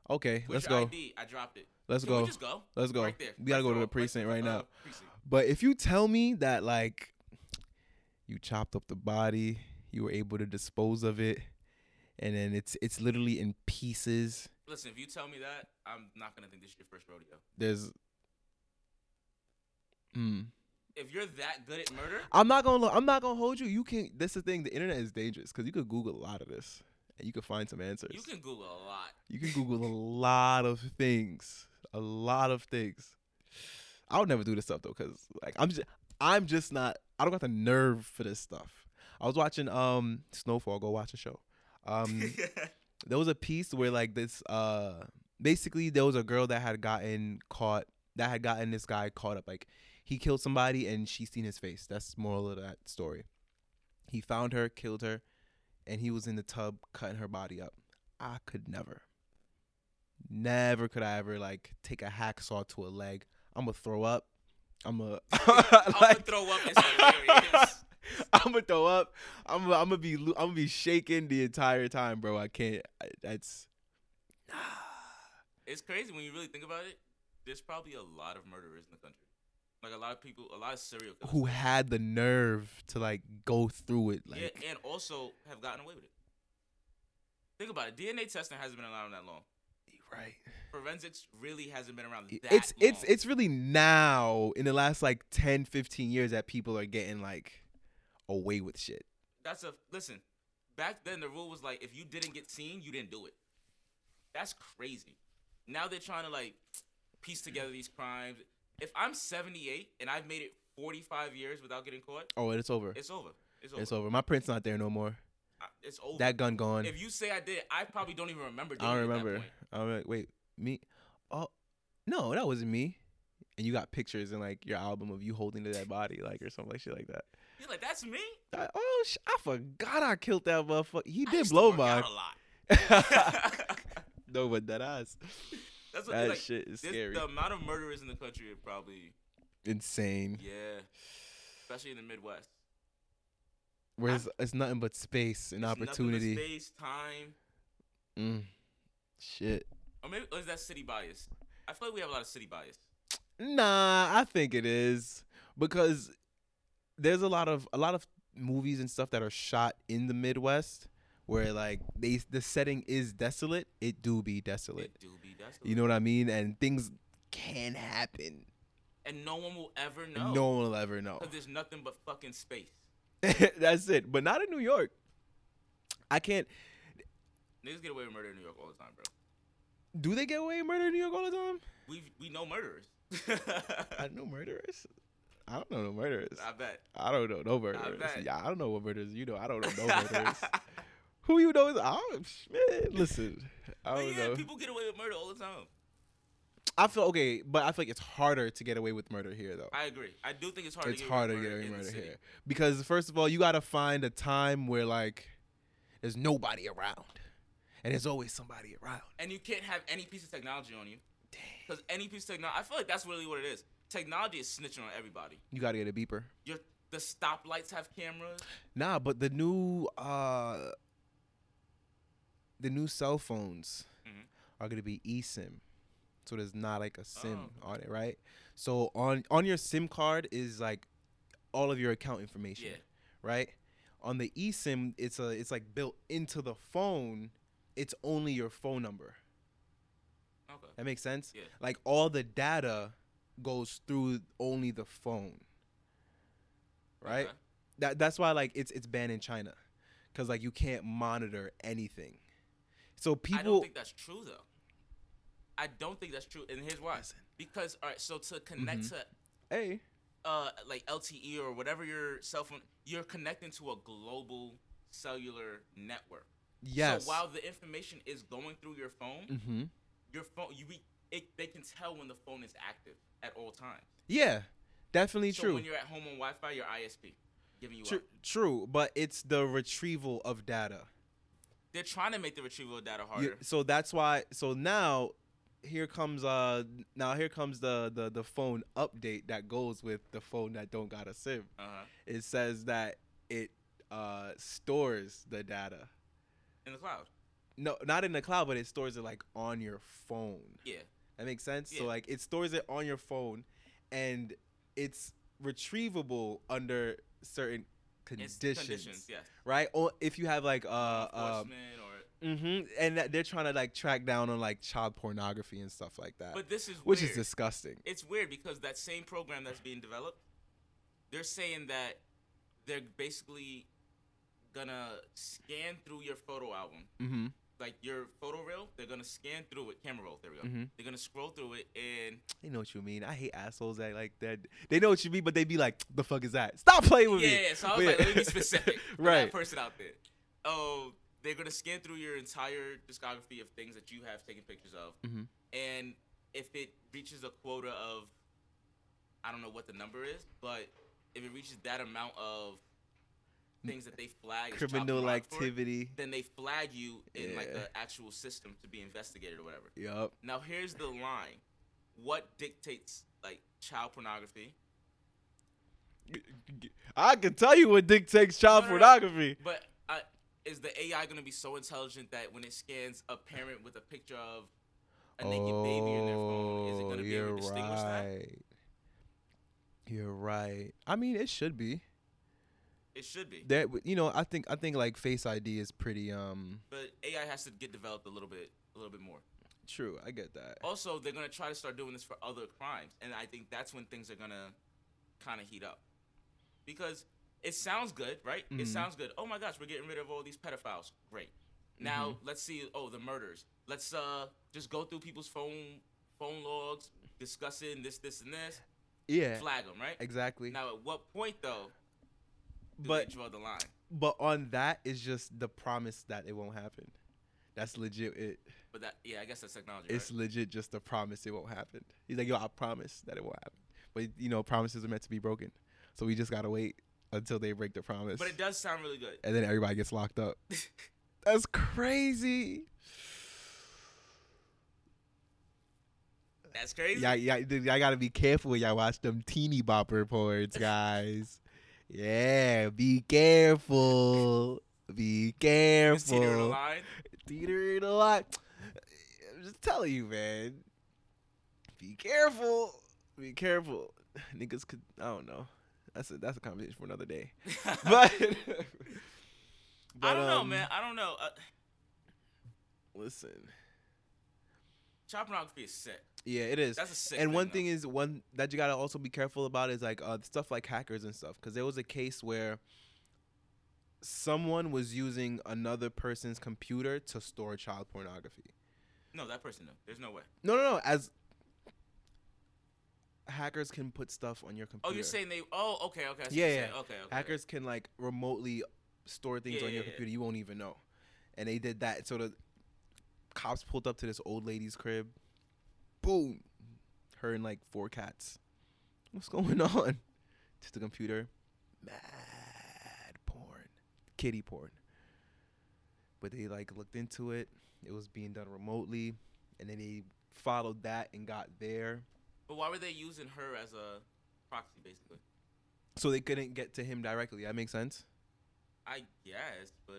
[SPEAKER 1] Okay,
[SPEAKER 2] Where's
[SPEAKER 1] let's
[SPEAKER 2] your
[SPEAKER 1] go.
[SPEAKER 2] ID? I dropped it.
[SPEAKER 1] Let's
[SPEAKER 2] Can we
[SPEAKER 1] go.
[SPEAKER 2] just go?
[SPEAKER 1] Let's go.
[SPEAKER 2] Right there.
[SPEAKER 1] We gotta
[SPEAKER 2] Right
[SPEAKER 1] go to
[SPEAKER 2] there,
[SPEAKER 1] the
[SPEAKER 2] right
[SPEAKER 1] precinct
[SPEAKER 2] there,
[SPEAKER 1] right
[SPEAKER 2] uh,
[SPEAKER 1] now.
[SPEAKER 2] precinct.
[SPEAKER 1] But if you tell me that like you chopped up the body, you were able to dispose of it, and then it's it's literally in pieces.
[SPEAKER 2] Listen, if you tell me that, I'm not gonna think this is your first rodeo.
[SPEAKER 1] There's. Mm.
[SPEAKER 2] If you're that good at murder,
[SPEAKER 1] I'm not gonna. lo- I'm not gonna hold you. You can. That's the thing. The internet is dangerous because you could Google a lot of this, and you could find some answers.
[SPEAKER 2] you can Google a lot.
[SPEAKER 1] You can Google a lot of things. A lot of things. I would never do this stuff though, cause like I'm just I'm just not I don't got the nerve for this stuff. I was watching um Snowfall, go watch a show. Um there was a piece where like this uh basically there was a girl that had gotten caught that had gotten this guy caught up. Like he killed somebody and she seen his face. That's the moral of that story. He found her, killed her, and he was in the tub cutting her body up. I could never. Never could I ever like take a hacksaw to a leg. I'm gonna throw up. I'm gonna
[SPEAKER 2] I'm gonna
[SPEAKER 1] like,
[SPEAKER 2] throw up. It's hilarious.
[SPEAKER 1] I'm gonna throw up. I'm I'm gonna be lo- I'm gonna be shaking the entire time, bro. I can't. I, that's
[SPEAKER 2] it's crazy when you really think about it. There's probably a lot of murderers in the country. Like a lot of people, a lot of serial killers.
[SPEAKER 1] who had the nerve to like go through it. Like
[SPEAKER 2] yeah, and also have gotten away with it. Think about it. DNA testing hasn't been around that long.
[SPEAKER 1] right.
[SPEAKER 2] Forensics really hasn't been around that
[SPEAKER 1] it's
[SPEAKER 2] long.
[SPEAKER 1] it's it's really now in the last like 10, 15 years that people are getting like away with shit.
[SPEAKER 2] That's a listen. Back then, the rule was like if you didn't get seen, you didn't do it. That's crazy. Now they're trying to like piece together these crimes. If I'm 78 and I've made it 45 years without getting caught,
[SPEAKER 1] Oh, it's over. It's,
[SPEAKER 2] it's over. It's over. It's over.
[SPEAKER 1] over. My print's not there no more. That gun gone.
[SPEAKER 2] if you say I did, it, I probably don't even remember. Doing
[SPEAKER 1] I
[SPEAKER 2] it
[SPEAKER 1] don't
[SPEAKER 2] at that
[SPEAKER 1] remember.
[SPEAKER 2] point.
[SPEAKER 1] I'm like, wait, me? Oh, no, that wasn't me. And you got pictures in like your album of you holding to that body, like or something like shit like that.
[SPEAKER 2] You're like, that's me.
[SPEAKER 1] I- oh, sh- I forgot I killed that motherfucker. He
[SPEAKER 2] I
[SPEAKER 1] did
[SPEAKER 2] used to
[SPEAKER 1] blow
[SPEAKER 2] work out
[SPEAKER 1] mine.
[SPEAKER 2] a lot.
[SPEAKER 1] no, but that ass.
[SPEAKER 2] That's what
[SPEAKER 1] That
[SPEAKER 2] like,
[SPEAKER 1] shit is
[SPEAKER 2] this-
[SPEAKER 1] scary.
[SPEAKER 2] The amount of murderers in the country are probably
[SPEAKER 1] Insane.
[SPEAKER 2] yeah, especially in the Midwest.
[SPEAKER 1] Whereas it's nothing but space and
[SPEAKER 2] There's nothing but
[SPEAKER 1] opportunity.
[SPEAKER 2] space, time,
[SPEAKER 1] Mm. Shit.
[SPEAKER 2] or maybe or is that city bias? I feel like we have a lot of city bias.
[SPEAKER 1] Nah, I think it is because there's a lot of a lot of movies and stuff that are shot in the Midwest where like they the setting is desolate. It do be desolate.
[SPEAKER 2] It do be that's
[SPEAKER 1] You know what I mean? And things can happen.
[SPEAKER 2] and no one will ever
[SPEAKER 1] and
[SPEAKER 2] know.
[SPEAKER 1] No one will ever know.
[SPEAKER 2] because there's nothing but fucking space.
[SPEAKER 1] That's it. But not in New York. I can't.
[SPEAKER 2] Niggas get away with murder in New York all the time, bro.
[SPEAKER 1] Do they get away with murder in New York all the time?
[SPEAKER 2] We we know murderers.
[SPEAKER 1] I know murderers. I don't know no murderers.
[SPEAKER 2] I bet.
[SPEAKER 1] I don't know no murderers.
[SPEAKER 2] bet.
[SPEAKER 1] Yeah, I don't know what murderers. You know, I don't know no murderers. Who you know is I don't, man, listen. I
[SPEAKER 2] But
[SPEAKER 1] don't
[SPEAKER 2] yeah,
[SPEAKER 1] know.
[SPEAKER 2] people get away with murder all the time.
[SPEAKER 1] I feel okay, but I feel like it's harder to get away with murder here though.
[SPEAKER 2] I agree. I do think it's hard.
[SPEAKER 1] it's
[SPEAKER 2] to get
[SPEAKER 1] harder to
[SPEAKER 2] away
[SPEAKER 1] get
[SPEAKER 2] with
[SPEAKER 1] away with
[SPEAKER 2] in the city.
[SPEAKER 1] murder here because first of all, you gotta find a time where like there's nobody around, and there's always somebody around.
[SPEAKER 2] and you can't have any piece of technology on you. Because any piece of technology, I feel like that's really what it is. Technology is snitching on everybody.
[SPEAKER 1] You gotta get a beeper.
[SPEAKER 2] Your the stoplights have cameras.
[SPEAKER 1] Nah, but the new uh the new cell phones
[SPEAKER 2] Mhm.
[SPEAKER 1] are gonna be eSIM. So there's not like a SIM
[SPEAKER 2] Oh.
[SPEAKER 1] on it, right? So on on your SIM card is like all of your account information,
[SPEAKER 2] Yeah.
[SPEAKER 1] right? On the eSIM, it's a it's like built into the phone. It's only your phone number.
[SPEAKER 2] Okay.
[SPEAKER 1] That makes sense.
[SPEAKER 2] Yeah.
[SPEAKER 1] Like all the data goes through only the phone. Right.
[SPEAKER 2] Okay.
[SPEAKER 1] That that's why like it's it's banned in China, because like you can't monitor anything. So people.
[SPEAKER 2] I don't think that's true though. I don't think that's true, and here's why.
[SPEAKER 1] Listen.
[SPEAKER 2] Because all right, so to connect
[SPEAKER 1] Mhm.
[SPEAKER 2] to
[SPEAKER 1] hey.
[SPEAKER 2] uh like LTE or whatever your cell phone, you're connecting to a global cellular network.
[SPEAKER 1] Yes.
[SPEAKER 2] So while the information is going through your phone,
[SPEAKER 1] mm-hmm.
[SPEAKER 2] your phone you re- it, they can tell when the phone is active at all times.
[SPEAKER 1] Yeah. Definitely
[SPEAKER 2] so
[SPEAKER 1] true.
[SPEAKER 2] when you're at home on Wi-Fi, your ISP giving you
[SPEAKER 1] Tru-
[SPEAKER 2] up.
[SPEAKER 1] true, but it's the retrieval of data.
[SPEAKER 2] They're trying to make the retrieval of data
[SPEAKER 1] You-
[SPEAKER 2] harder.
[SPEAKER 1] so that's why. So now, here comes uh now here comes the the the phone update that goes with the phone that don't got a SIM.
[SPEAKER 2] Uh-huh.
[SPEAKER 1] It says that it uh stores the data.
[SPEAKER 2] In the cloud.
[SPEAKER 1] No, not in the cloud, but it stores it like on your phone.
[SPEAKER 2] Yeah.
[SPEAKER 1] That makes sense.
[SPEAKER 2] Yeah.
[SPEAKER 1] So like it stores it on your phone, and it's retrievable under certain
[SPEAKER 2] It's
[SPEAKER 1] conditions.
[SPEAKER 2] conditions. Yes.
[SPEAKER 1] right? Or if you have like uh, uh
[SPEAKER 2] Enforcement or
[SPEAKER 1] hmm and that they're trying to like track down on like child pornography and stuff like that,
[SPEAKER 2] But this is
[SPEAKER 1] which
[SPEAKER 2] weird.
[SPEAKER 1] is disgusting.
[SPEAKER 2] It's weird because that same program that's being developed, they're saying that they're basically gonna scan through your photo album,
[SPEAKER 1] Mm-hmm.
[SPEAKER 2] like your photo reel. They're gonna scan through it, camera roll. There we go.
[SPEAKER 1] Mhm.
[SPEAKER 2] They're gonna scroll through it, and
[SPEAKER 1] They know what you mean. I hate assholes that like that. They know what you mean, but they be like, "The fuck is that? Stop playing with
[SPEAKER 2] yeah,
[SPEAKER 1] me."
[SPEAKER 2] yeah. So I was like,
[SPEAKER 1] Yeah.
[SPEAKER 2] let me be specific. for
[SPEAKER 1] Right.
[SPEAKER 2] That person out there. Oh, they're gonna scan through your entire discography of things that you have taken pictures of,
[SPEAKER 1] Mhm.
[SPEAKER 2] and if it reaches a quota of, I don't know what the number is, but if it reaches that amount of things that they flag as child
[SPEAKER 1] Criminal
[SPEAKER 2] pornography for,
[SPEAKER 1] activity.
[SPEAKER 2] then they flag you in like
[SPEAKER 1] Yeah.
[SPEAKER 2] the actual system to be investigated or whatever.
[SPEAKER 1] Yup.
[SPEAKER 2] Now here's the line: What dictates like child pornography?
[SPEAKER 1] I can tell you what dictates child
[SPEAKER 2] No, no, no.
[SPEAKER 1] pornography.
[SPEAKER 2] But I, is the AI going to be so intelligent that when it scans a parent with a picture of a naked baby in their phone,
[SPEAKER 1] Oh,
[SPEAKER 2] is it going to be able to distinguish that?
[SPEAKER 1] You're right. I mean, it should be.
[SPEAKER 2] It should be.
[SPEAKER 1] That you know, I think I think like Face ID is pretty um
[SPEAKER 2] But AI has to get developed a little bit, a little bit more.
[SPEAKER 1] True, I get that.
[SPEAKER 2] Also, they're going to try to start doing this for other crimes, and I think that's when things are going to kind of heat up, because it sounds good, right?
[SPEAKER 1] Mhm.
[SPEAKER 2] It sounds good. Oh my gosh, we're getting rid of all these pedophiles. Great. Now
[SPEAKER 1] Mm-hmm.
[SPEAKER 2] let's see. Oh, the murders. Let's uh just go through people's phone phone logs, discussing this, this, and this.
[SPEAKER 1] Yeah,
[SPEAKER 2] flag them, right?
[SPEAKER 1] exactly.
[SPEAKER 2] Now, at what point though do
[SPEAKER 1] But-
[SPEAKER 2] they draw the line?
[SPEAKER 1] but on that is just the promise that it won't happen. That's legit. It
[SPEAKER 2] But that, yeah, I guess that's technology.
[SPEAKER 1] it's
[SPEAKER 2] right?
[SPEAKER 1] legit just the promise it won't happen. He's like, yo, I promise that it won't happen. But you know, promises are meant to be broken, so we just gotta wait until they break the promise,
[SPEAKER 2] but it does sound really good.
[SPEAKER 1] and then everybody gets locked up. That's crazy.
[SPEAKER 2] That's crazy.
[SPEAKER 1] Yeah, yeah, I gotta be careful when y'all watch them teeny bopper porns, guys. yeah, be careful.
[SPEAKER 2] You see
[SPEAKER 1] Be
[SPEAKER 2] there in the
[SPEAKER 1] careful.
[SPEAKER 2] line.
[SPEAKER 1] Theater in a lot. I'm just telling you, man. Be careful. Be careful. Niggas could. I don't know. That's a that's a conversation for another day. But,
[SPEAKER 2] I don't know,
[SPEAKER 1] um,
[SPEAKER 2] man. I don't know. Uh,
[SPEAKER 1] Listen.
[SPEAKER 2] child pornography is sick.
[SPEAKER 1] Yeah, it is.
[SPEAKER 2] That's a sick.
[SPEAKER 1] and one
[SPEAKER 2] though.
[SPEAKER 1] thing is one that you gotta also be careful about is like uh, stuff like hackers and stuff because there was a case where someone was using another person's computer to store child pornography
[SPEAKER 2] no, that person though. There's no way.
[SPEAKER 1] no no no as hackers can put stuff on your computer
[SPEAKER 2] Oh, you're saying they? Oh, okay, okay. I see
[SPEAKER 1] Yeah,
[SPEAKER 2] what you're saying.
[SPEAKER 1] yeah.
[SPEAKER 2] Okay, okay.
[SPEAKER 1] hackers can like remotely store things
[SPEAKER 2] Yeah,
[SPEAKER 1] on
[SPEAKER 2] yeah,
[SPEAKER 1] your
[SPEAKER 2] yeah.
[SPEAKER 1] computer you won't even know and they did that so the cops pulled up to this old lady's crib boom her and like four cats what's going on to the computer mad porn kitty porn but they like looked into it it was being done remotely and then they followed that and got there
[SPEAKER 2] But why were they using her as a proxy, basically?
[SPEAKER 1] so they couldn't get to him directly that makes sense
[SPEAKER 2] I guess, but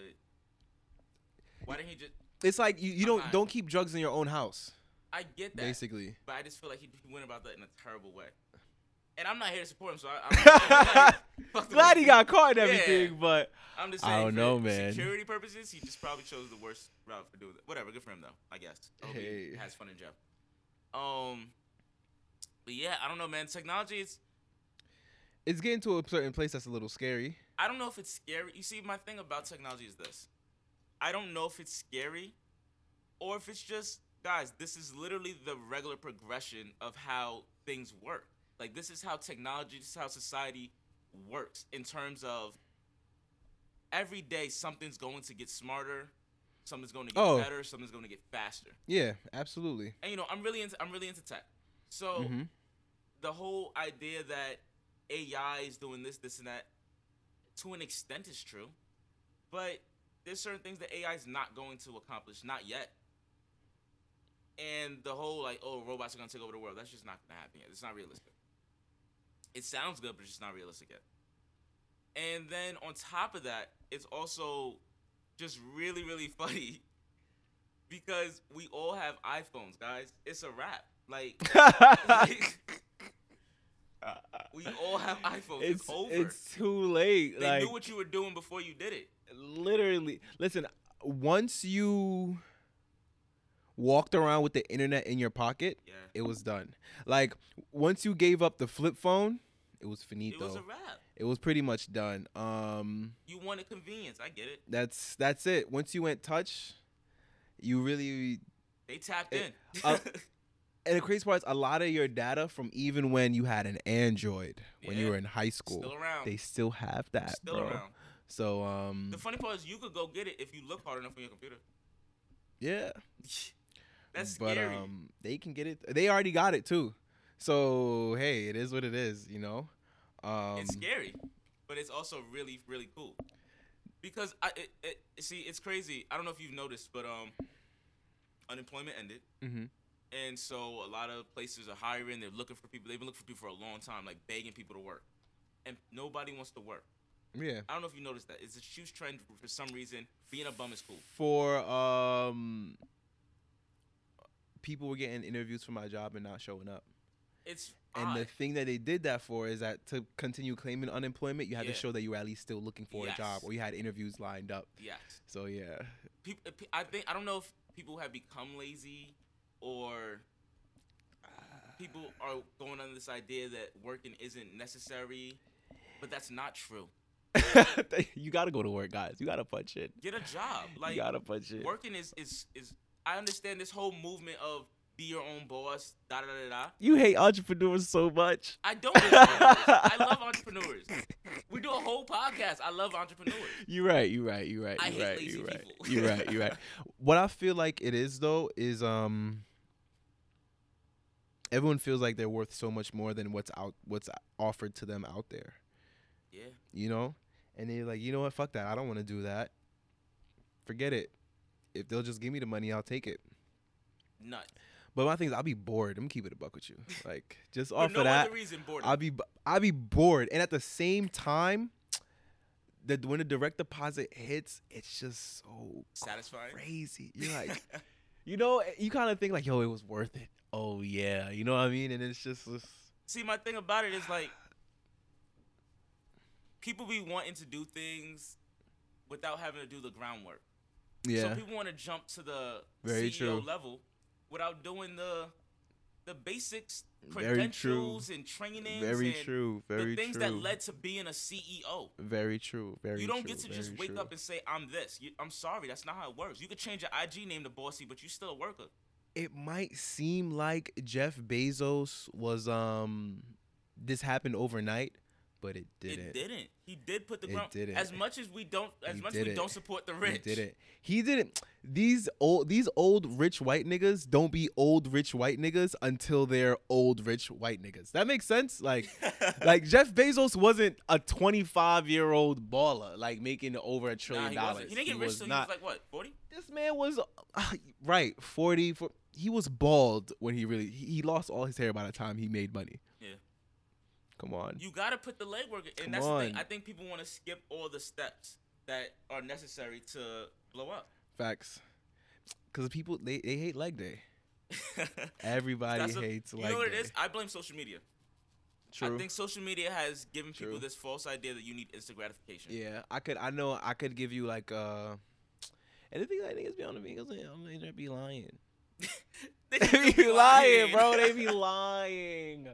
[SPEAKER 2] why didn't he just?
[SPEAKER 1] it's like you, you don't
[SPEAKER 2] Alright.
[SPEAKER 1] don't keep drugs in your own house
[SPEAKER 2] I get that,
[SPEAKER 1] basically
[SPEAKER 2] but I just feel like he he went about that in a terrible way. and I'm not here to support him, so I, I'm, I'm like,
[SPEAKER 1] Glad he got caught and
[SPEAKER 2] Yeah.
[SPEAKER 1] everything, but
[SPEAKER 2] I'm just
[SPEAKER 1] I
[SPEAKER 2] saying.
[SPEAKER 1] don't
[SPEAKER 2] for
[SPEAKER 1] know, man.
[SPEAKER 2] Security purposes, he just probably chose the worst route for doing that. Whatever, good for him though. I guess. I hope
[SPEAKER 1] Hey.
[SPEAKER 2] he has fun in jail. Um, but yeah, I don't know, man. Technology is.
[SPEAKER 1] it's getting to a certain place that's a little scary.
[SPEAKER 2] I don't know if it's scary. You see, my thing about technology is this. I don't know if it's scary or if it's just, guys, this is literally the regular progression of how things work. Like, this is how technology, this is how society works in terms of every day something's going to get smarter, something's going to get
[SPEAKER 1] Oh.
[SPEAKER 2] better, something's going to get faster.
[SPEAKER 1] Yeah, absolutely.
[SPEAKER 2] And you know, I'm really into I'm really into tech. So
[SPEAKER 1] hmm
[SPEAKER 2] the whole idea that AI is doing this, this, and that, to an extent is true, but there's certain things that AI is not going to accomplish, not yet. And the whole like, oh, robots are gonna take over the world. That's just not gonna happen yet. It's not realistic. It sounds good, but it's just not realistic yet. And then on top of that, it's also just really, really funny because we all have iPhones, guys. It's a wrap. Like like, we all have iPhones. It's,
[SPEAKER 1] it's
[SPEAKER 2] over.
[SPEAKER 1] it's too late.
[SPEAKER 2] they
[SPEAKER 1] like
[SPEAKER 2] knew what you were doing before you did it.
[SPEAKER 1] literally listen once you walked around with the internet in your pocket
[SPEAKER 2] Yeah.
[SPEAKER 1] it was done like once you gave up the flip phone it was finito
[SPEAKER 2] It was a wrap.
[SPEAKER 1] it was pretty much done um
[SPEAKER 2] You wanted convenience. I get it.
[SPEAKER 1] that's that's it once you went touch you really
[SPEAKER 2] They tapped
[SPEAKER 1] It-
[SPEAKER 2] in.
[SPEAKER 1] uh, and the crazy part is a lot of your data from even when you had an android when you
[SPEAKER 2] Yeah.
[SPEAKER 1] were in high school
[SPEAKER 2] Still around.
[SPEAKER 1] they still have that
[SPEAKER 2] Still
[SPEAKER 1] bro
[SPEAKER 2] around.
[SPEAKER 1] so um
[SPEAKER 2] The funny part is you could go get it if you look hard enough on your computer.
[SPEAKER 1] yeah
[SPEAKER 2] That's
[SPEAKER 1] but
[SPEAKER 2] scary.
[SPEAKER 1] um they can get it they already got it too so hey it is what it is you know um
[SPEAKER 2] it's scary, but it's also really, really cool. Because I it, it, see, it's crazy. I don't know if you've noticed, but um, unemployment ended.
[SPEAKER 1] mhm.
[SPEAKER 2] And so a lot of places are hiring. They're looking for people. They've been looking for people for a long time, like begging people to work. And nobody wants to work.
[SPEAKER 1] yeah
[SPEAKER 2] I don't know if you noticed that. It's a huge trend for some reason. Being a bum is cool.
[SPEAKER 1] for um people were getting interviews for my job and not showing up
[SPEAKER 2] It's
[SPEAKER 1] and
[SPEAKER 2] odd.
[SPEAKER 1] the thing that they did that for is that to continue claiming unemployment you had
[SPEAKER 2] Yeah.
[SPEAKER 1] to show that you were at least still looking for a job
[SPEAKER 2] Yes.
[SPEAKER 1] or you had interviews lined up
[SPEAKER 2] yes.
[SPEAKER 1] so yeah
[SPEAKER 2] People, I think I don't know if people have become lazy or people are going under this idea that working isn't necessary, but that's not true. Ah.
[SPEAKER 1] you gotta go to work guys you gotta punch it
[SPEAKER 2] Get a job. Like
[SPEAKER 1] you gotta punch it
[SPEAKER 2] working is is is. I understand this whole movement of be your own boss. Da da da da.
[SPEAKER 1] you hate entrepreneurs so much
[SPEAKER 2] I don't. hate entrepreneurs. I love entrepreneurs. We do a whole podcast. I love entrepreneurs.
[SPEAKER 1] You're right. You're right. You're right.
[SPEAKER 2] I
[SPEAKER 1] You're
[SPEAKER 2] hate
[SPEAKER 1] right.
[SPEAKER 2] lazy
[SPEAKER 1] You're right.
[SPEAKER 2] people.
[SPEAKER 1] You're right. You're right. What I feel like it is though is um. Everyone feels like they're worth so much more than what's out, what's offered to them out there,
[SPEAKER 2] Yeah.
[SPEAKER 1] you know. And they're like, you know what? Fuck that. I don't want to do that. Forget it. If they'll just give me the money, I'll take it.
[SPEAKER 2] Nuts.
[SPEAKER 1] But my thing is, I'll be bored. I'm gonna keep it a buck with you. Like just
[SPEAKER 2] For
[SPEAKER 1] off
[SPEAKER 2] no
[SPEAKER 1] of that,
[SPEAKER 2] other reason, boredom.
[SPEAKER 1] I'll be I'll be bored, and at the same time, that when the direct deposit hits, it's just so
[SPEAKER 2] Satisfying.
[SPEAKER 1] crazy. You're like, you know, you kind of think like, yo, it was worth it. Oh yeah, you know what I mean? And it's just, it's-
[SPEAKER 2] See, my thing about it is
[SPEAKER 1] ah.
[SPEAKER 2] like, people be wanting to do things without having to do the groundwork. So
[SPEAKER 1] yeah,
[SPEAKER 2] people want to jump to the
[SPEAKER 1] Very
[SPEAKER 2] CEO
[SPEAKER 1] true.
[SPEAKER 2] level without doing the the basics,
[SPEAKER 1] Very true.
[SPEAKER 2] credentials, and trainings.
[SPEAKER 1] very
[SPEAKER 2] and
[SPEAKER 1] true,
[SPEAKER 2] the
[SPEAKER 1] very
[SPEAKER 2] things
[SPEAKER 1] true,
[SPEAKER 2] that led to being a CEO.
[SPEAKER 1] very true, very.
[SPEAKER 2] you don't
[SPEAKER 1] true,
[SPEAKER 2] get to just wake
[SPEAKER 1] very true.
[SPEAKER 2] up and say, I'm this. You, I'm sorry, that's not how it works. You could change your IG name to Bossy, but you still a worker.
[SPEAKER 1] it might seem like Jeff Bezos was um, this happened overnight, but it didn't.
[SPEAKER 2] It didn't. He did put the
[SPEAKER 1] It
[SPEAKER 2] ground.
[SPEAKER 1] didn't.
[SPEAKER 2] As much as we don't, as
[SPEAKER 1] He
[SPEAKER 2] much as we
[SPEAKER 1] didn't.
[SPEAKER 2] don't support the
[SPEAKER 1] He
[SPEAKER 2] rich,
[SPEAKER 1] didn't. He didn't. These old these old rich white niggas don't be old rich white niggas until they're old rich white niggas. That makes sense. Like, like Jeff Bezos wasn't a 25 year old baller like making over a
[SPEAKER 2] Nah,
[SPEAKER 1] trillion
[SPEAKER 2] he
[SPEAKER 1] dollars.
[SPEAKER 2] wasn't. He didn't get rich till he was like what, forty?
[SPEAKER 1] this man was uh, right 40. For, he was bald when he really he, he lost all his hair by the time he made money.
[SPEAKER 2] Yeah.
[SPEAKER 1] Come on.
[SPEAKER 2] You gotta put the legwork, in.
[SPEAKER 1] Come
[SPEAKER 2] and that's the thing.
[SPEAKER 1] on.
[SPEAKER 2] I think people want to skip all the steps that are necessary to blow up.
[SPEAKER 1] Facts. Because people they, they hate leg day. Everybody
[SPEAKER 2] That's a-
[SPEAKER 1] hates
[SPEAKER 2] you
[SPEAKER 1] leg
[SPEAKER 2] know what
[SPEAKER 1] day.
[SPEAKER 2] it is? I blame social media. I
[SPEAKER 1] True.
[SPEAKER 2] think social media has given
[SPEAKER 1] True.
[SPEAKER 2] people this false idea that you need instant gratification.
[SPEAKER 1] Yeah, I could. I know. I could give you like. uh and the thing like niggas be on the niggas, I'm they just be lying.
[SPEAKER 2] They
[SPEAKER 1] They
[SPEAKER 2] just
[SPEAKER 1] be lying, bro. They be lying.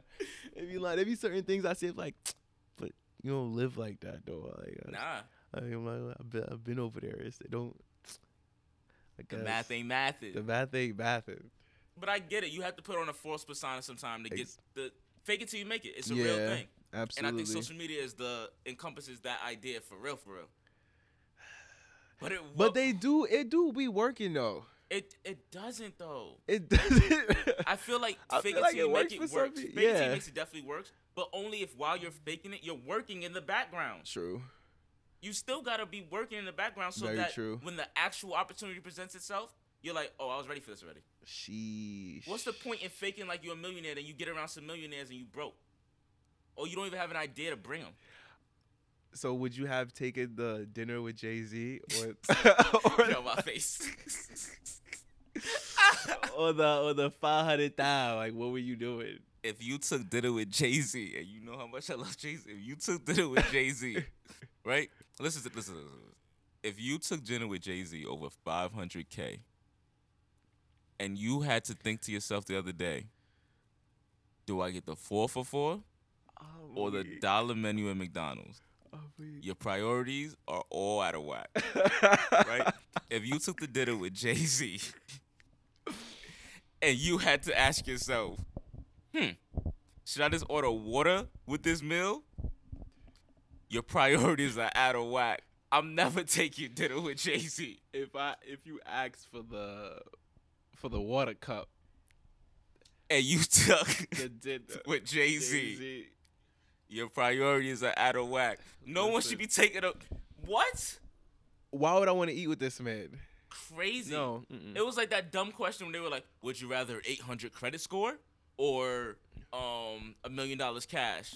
[SPEAKER 1] They be lying. They be certain things I say like, but you don't live like that though. Like, I-
[SPEAKER 2] nah.
[SPEAKER 1] I mean, my- I've been, I've been over there. It's, they don't. I
[SPEAKER 2] The
[SPEAKER 1] guess.
[SPEAKER 2] math ain't math it.
[SPEAKER 1] The math ain't mathing.
[SPEAKER 2] But I get it. You have to put on a false persona sometime to get
[SPEAKER 1] Ex-
[SPEAKER 2] the fake it till you make it. It's a real
[SPEAKER 1] Yeah,
[SPEAKER 2] thing. And I
[SPEAKER 1] Absolutely.
[SPEAKER 2] think social media is the encompasses that idea for real, for real. But it wo-
[SPEAKER 1] but they do. It do be working though.
[SPEAKER 2] it it doesn't though.
[SPEAKER 1] It doesn't.
[SPEAKER 2] I feel like
[SPEAKER 1] I feel
[SPEAKER 2] fake it
[SPEAKER 1] like
[SPEAKER 2] till
[SPEAKER 1] it
[SPEAKER 2] you
[SPEAKER 1] works
[SPEAKER 2] make
[SPEAKER 1] for
[SPEAKER 2] it
[SPEAKER 1] some
[SPEAKER 2] works.
[SPEAKER 1] peo-
[SPEAKER 2] Fake it till
[SPEAKER 1] yeah.
[SPEAKER 2] you makes it definitely works. But only if while you're faking it, you're working in the background.
[SPEAKER 1] true.
[SPEAKER 2] You still gotta be working in the background so
[SPEAKER 1] Very
[SPEAKER 2] that
[SPEAKER 1] true.
[SPEAKER 2] when the actual opportunity presents itself, you're like, oh, I was ready for this already.
[SPEAKER 1] Sheesh.
[SPEAKER 2] What's the point in faking like you're a millionaire and you get around some millionaires and you broke? Or you don't even have an idea to bring them.
[SPEAKER 1] So would you have taken the dinner with Jay Z or or,
[SPEAKER 2] Get out my face.
[SPEAKER 1] or the or the five hundred thousand? Like, what were you doing?
[SPEAKER 2] if you took dinner with Jay Z, and you know how much I love Jay Z, if you took dinner with Jay Z, right? Listen, to, listen, to- listen. to- If you took dinner with Jay Z over 500K, and you had to think to yourself the other day, do I get the four for four or the dollar menu at McDonald's? Your priorities are all out of whack. right? if you took the dinner with Jay Z and you had to ask yourself, hmm, should I just order water with this meal? Your priorities are out of whack. I'm never taking dinner with Jay Z.
[SPEAKER 1] If I if you ask for the for the water cup,
[SPEAKER 2] And you took
[SPEAKER 1] the dinner
[SPEAKER 2] with Jay Z.
[SPEAKER 1] Jay-Z.
[SPEAKER 2] Your priorities are out of whack. No one
[SPEAKER 1] Listen.
[SPEAKER 2] should be taking a. What?
[SPEAKER 1] Why would I want to eat with this man?
[SPEAKER 2] Crazy.
[SPEAKER 1] No. mm-mm.
[SPEAKER 2] It was like that dumb question when they were like, "Would you rather 800 credit score or um a million dollars cash?"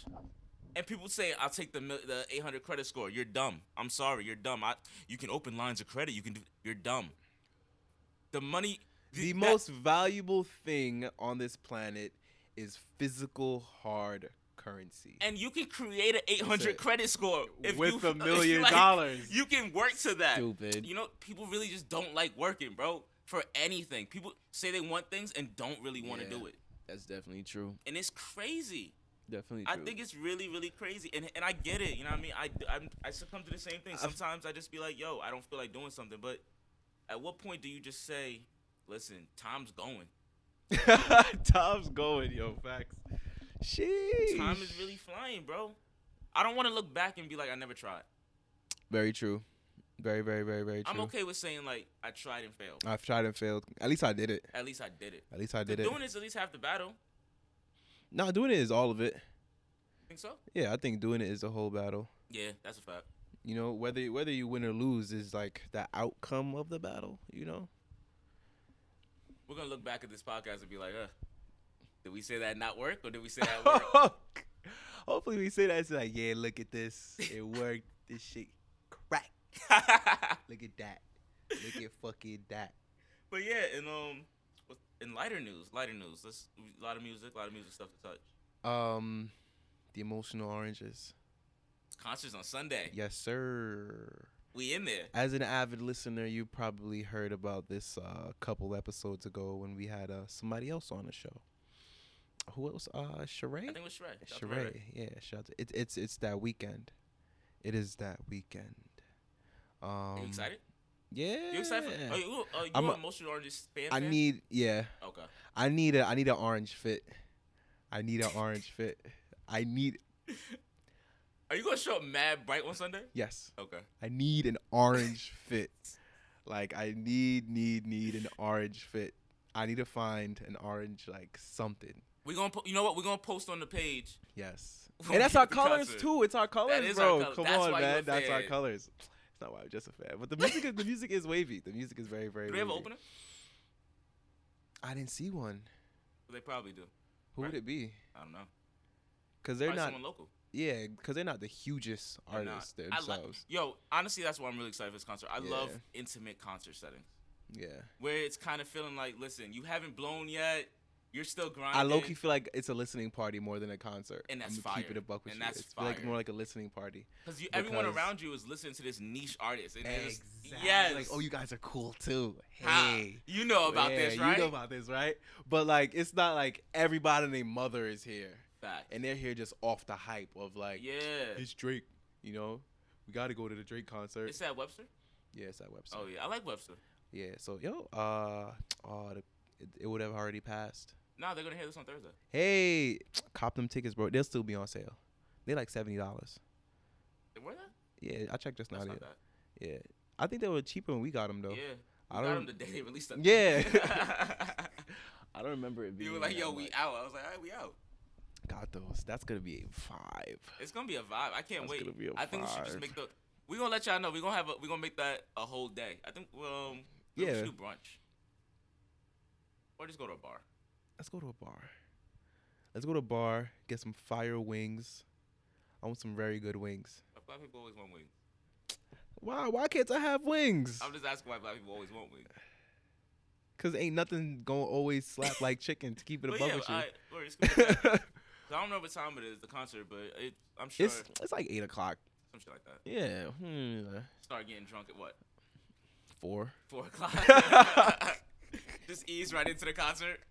[SPEAKER 2] And people say, "I'll take the mil- the 800 credit score." You're dumb. I'm sorry, you're dumb. I you can open lines of credit. You can do. You're dumb. The money.
[SPEAKER 1] The
[SPEAKER 2] that-
[SPEAKER 1] most valuable thing on this planet is physical hard currency.
[SPEAKER 2] And you can create an 800
[SPEAKER 1] it.
[SPEAKER 2] credit score if
[SPEAKER 1] With
[SPEAKER 2] you,
[SPEAKER 1] a million
[SPEAKER 2] like,
[SPEAKER 1] dollars.
[SPEAKER 2] You can work to that.
[SPEAKER 1] Stupid.
[SPEAKER 2] You know, people really just don't like working, bro, for anything. People say they want things and don't really want to
[SPEAKER 1] Yeah.
[SPEAKER 2] do it,
[SPEAKER 1] That's definitely true.
[SPEAKER 2] and it's crazy.
[SPEAKER 1] Definitely
[SPEAKER 2] I think it's really, really crazy, and and I get it. You know what I mean? I I'm, I succumb to the same thing. Sometimes I just be like, yo, I don't feel like doing something. But at what point do you just say, listen, time's going.
[SPEAKER 1] Tom's going, yo. Facts. Sheesh.
[SPEAKER 2] Time is really flying, bro. I don't want to look back and be like, I never tried.
[SPEAKER 1] very true. Very, very, very, very true.
[SPEAKER 2] I'm okay with saying like I tried and failed.
[SPEAKER 1] I've tried and failed. At least I did it.
[SPEAKER 2] At least I did it.
[SPEAKER 1] At least I
[SPEAKER 2] So
[SPEAKER 1] did it.
[SPEAKER 2] doing is at least half the battle.
[SPEAKER 1] No, doing it is all of it.
[SPEAKER 2] Think so?
[SPEAKER 1] Yeah, I think doing it is the whole battle.
[SPEAKER 2] Yeah, that's a fact.
[SPEAKER 1] You know, whether whether you win or lose is like the outcome of the battle. You know.
[SPEAKER 2] We're gonna look back at this podcast and be like, uh, did we say that not work or did we say that work?
[SPEAKER 1] Hopefully, we say that. It's like, yeah, look at this. It worked. this shit crack. Look at that. Look at fucking that.
[SPEAKER 2] But yeah, and um, with- in lighter news, lighter news. Let's a lot of music, a lot of music stuff to touch.
[SPEAKER 1] Um, the emotional oranges.
[SPEAKER 2] Concerts on Sunday.
[SPEAKER 1] Yes, sir.
[SPEAKER 2] We in there.
[SPEAKER 1] As an avid listener, you probably heard about this uh, a couple episodes ago when we had uh, somebody else on the show. Who else? Uh,
[SPEAKER 2] I
[SPEAKER 1] Sheree.
[SPEAKER 2] think it was Shrek. That's right,
[SPEAKER 1] Sheree.
[SPEAKER 2] right?
[SPEAKER 1] Yeah, shout out to- It, it's it's that weekend. It is that weekend. Um,
[SPEAKER 2] You excited?
[SPEAKER 1] Yeah.
[SPEAKER 2] You excited? For, are you, are you
[SPEAKER 1] I'm
[SPEAKER 2] an
[SPEAKER 1] a-
[SPEAKER 2] emotional artist fan?
[SPEAKER 1] I
[SPEAKER 2] fan?
[SPEAKER 1] need yeah.
[SPEAKER 2] Okay.
[SPEAKER 1] I need a I need an orange fit. I need an orange fit. I need
[SPEAKER 2] Are you gonna show up mad bright on Sunday?
[SPEAKER 1] yes.
[SPEAKER 2] Okay.
[SPEAKER 1] I need an orange fit. Like I need need need an orange fit. I need to find an orange like something.
[SPEAKER 2] We gonna po- you know what? We're gonna post on the page.
[SPEAKER 1] Yes.
[SPEAKER 2] We'll
[SPEAKER 1] And that's
[SPEAKER 2] get
[SPEAKER 1] our
[SPEAKER 2] the
[SPEAKER 1] colors
[SPEAKER 2] concert.
[SPEAKER 1] too. It's our colors,
[SPEAKER 2] is our
[SPEAKER 1] bro.
[SPEAKER 2] colours.
[SPEAKER 1] Come
[SPEAKER 2] That's
[SPEAKER 1] on,
[SPEAKER 2] why you a
[SPEAKER 1] man. That's our
[SPEAKER 2] fan.
[SPEAKER 1] colors. It's not why I'm just a fan, but the music is the music is wavy. The music is very very.
[SPEAKER 2] Do they have an
[SPEAKER 1] wavy.
[SPEAKER 2] opener?
[SPEAKER 1] I didn't see one.
[SPEAKER 2] They probably do.
[SPEAKER 1] Who
[SPEAKER 2] Right.
[SPEAKER 1] would it be?
[SPEAKER 2] I don't know.
[SPEAKER 1] Because they're
[SPEAKER 2] probably
[SPEAKER 1] not.
[SPEAKER 2] someone local.
[SPEAKER 1] Yeah, because they're not the hugest
[SPEAKER 2] They're not.
[SPEAKER 1] artists
[SPEAKER 2] I li-
[SPEAKER 1] themselves.
[SPEAKER 2] Yo, honestly, that's why I'm really excited for this concert. I love
[SPEAKER 1] Yeah.
[SPEAKER 2] intimate concert settings
[SPEAKER 1] yeah.
[SPEAKER 2] where it's kind of feeling like, listen, you haven't blown yet. You're still grinding.
[SPEAKER 1] I low key feel like it's a listening party more than a concert.
[SPEAKER 2] And that's
[SPEAKER 1] I'm
[SPEAKER 2] fire.
[SPEAKER 1] Keep it a buck with
[SPEAKER 2] And
[SPEAKER 1] you.
[SPEAKER 2] that's
[SPEAKER 1] it's feel like
[SPEAKER 2] fire.
[SPEAKER 1] more like a listening party.
[SPEAKER 2] Cause you, everyone
[SPEAKER 1] because-
[SPEAKER 2] around you is listening to this niche artist. And exactly. Yes.
[SPEAKER 1] Like, oh, you guys are cool too. Hey.
[SPEAKER 2] Ha. You know about
[SPEAKER 1] Yeah,
[SPEAKER 2] this, right?
[SPEAKER 1] You know about this, right? But like, it's not like everybody and their mother is here,
[SPEAKER 2] Fact.
[SPEAKER 1] and they're here just off the hype of like,
[SPEAKER 2] yeah.
[SPEAKER 1] it's Drake. You know, we got to go to the Drake concert.
[SPEAKER 2] Is that Webster?
[SPEAKER 1] yeah, it's that website.
[SPEAKER 2] Oh yeah, I like Webster.
[SPEAKER 1] yeah. So yo, uh, oh, the, it, it would have already passed.
[SPEAKER 2] No, they're gonna hear this on Thursday.
[SPEAKER 1] Hey, cop them tickets, bro. They'll still be on sale. They like seventy dollars.
[SPEAKER 2] They were that?
[SPEAKER 1] Yeah, I checked just now.
[SPEAKER 2] That's
[SPEAKER 1] yeah.
[SPEAKER 2] not that.
[SPEAKER 1] Yeah, I think they were cheaper when we got them though.
[SPEAKER 2] Yeah.
[SPEAKER 1] I
[SPEAKER 2] I got
[SPEAKER 1] don't.
[SPEAKER 2] them the day they released that.
[SPEAKER 1] Yeah. I don't remember it being.
[SPEAKER 2] you were like,
[SPEAKER 1] that
[SPEAKER 2] yo, we
[SPEAKER 1] much.
[SPEAKER 2] out. I was like, all right, we out.
[SPEAKER 1] got those. That's gonna be a five.
[SPEAKER 2] It's gonna be a vibe. I can't
[SPEAKER 1] That's
[SPEAKER 2] wait.
[SPEAKER 1] gonna be a
[SPEAKER 2] I think we should just
[SPEAKER 1] vibe.
[SPEAKER 2] make the. We gonna let y'all know. We gonna have. A, we gonna make that a whole day. I think. Well, um, yeah. We
[SPEAKER 1] Yeah.
[SPEAKER 2] should do brunch. Or just go to a bar.
[SPEAKER 1] Let's go to a bar. Let's go to a bar. Get some fire wings. I want some very good wings.
[SPEAKER 2] Why Black people always want wings.
[SPEAKER 1] Why? Why can't I have wings?
[SPEAKER 2] I'm just asking why black people always want wings.
[SPEAKER 1] Cause ain't nothing gonna always slap like chicken. To keep it
[SPEAKER 2] But
[SPEAKER 1] above
[SPEAKER 2] yeah,
[SPEAKER 1] with you.
[SPEAKER 2] I, or it's gonna be that. 'Cause I don't know what time it is, the concert, but it, I'm sure
[SPEAKER 1] it's it's like eight o'clock.
[SPEAKER 2] some shit like that.
[SPEAKER 1] Yeah. Hmm,
[SPEAKER 2] Start getting drunk at what?
[SPEAKER 1] four.
[SPEAKER 2] Four o'clock. just ease right into the concert.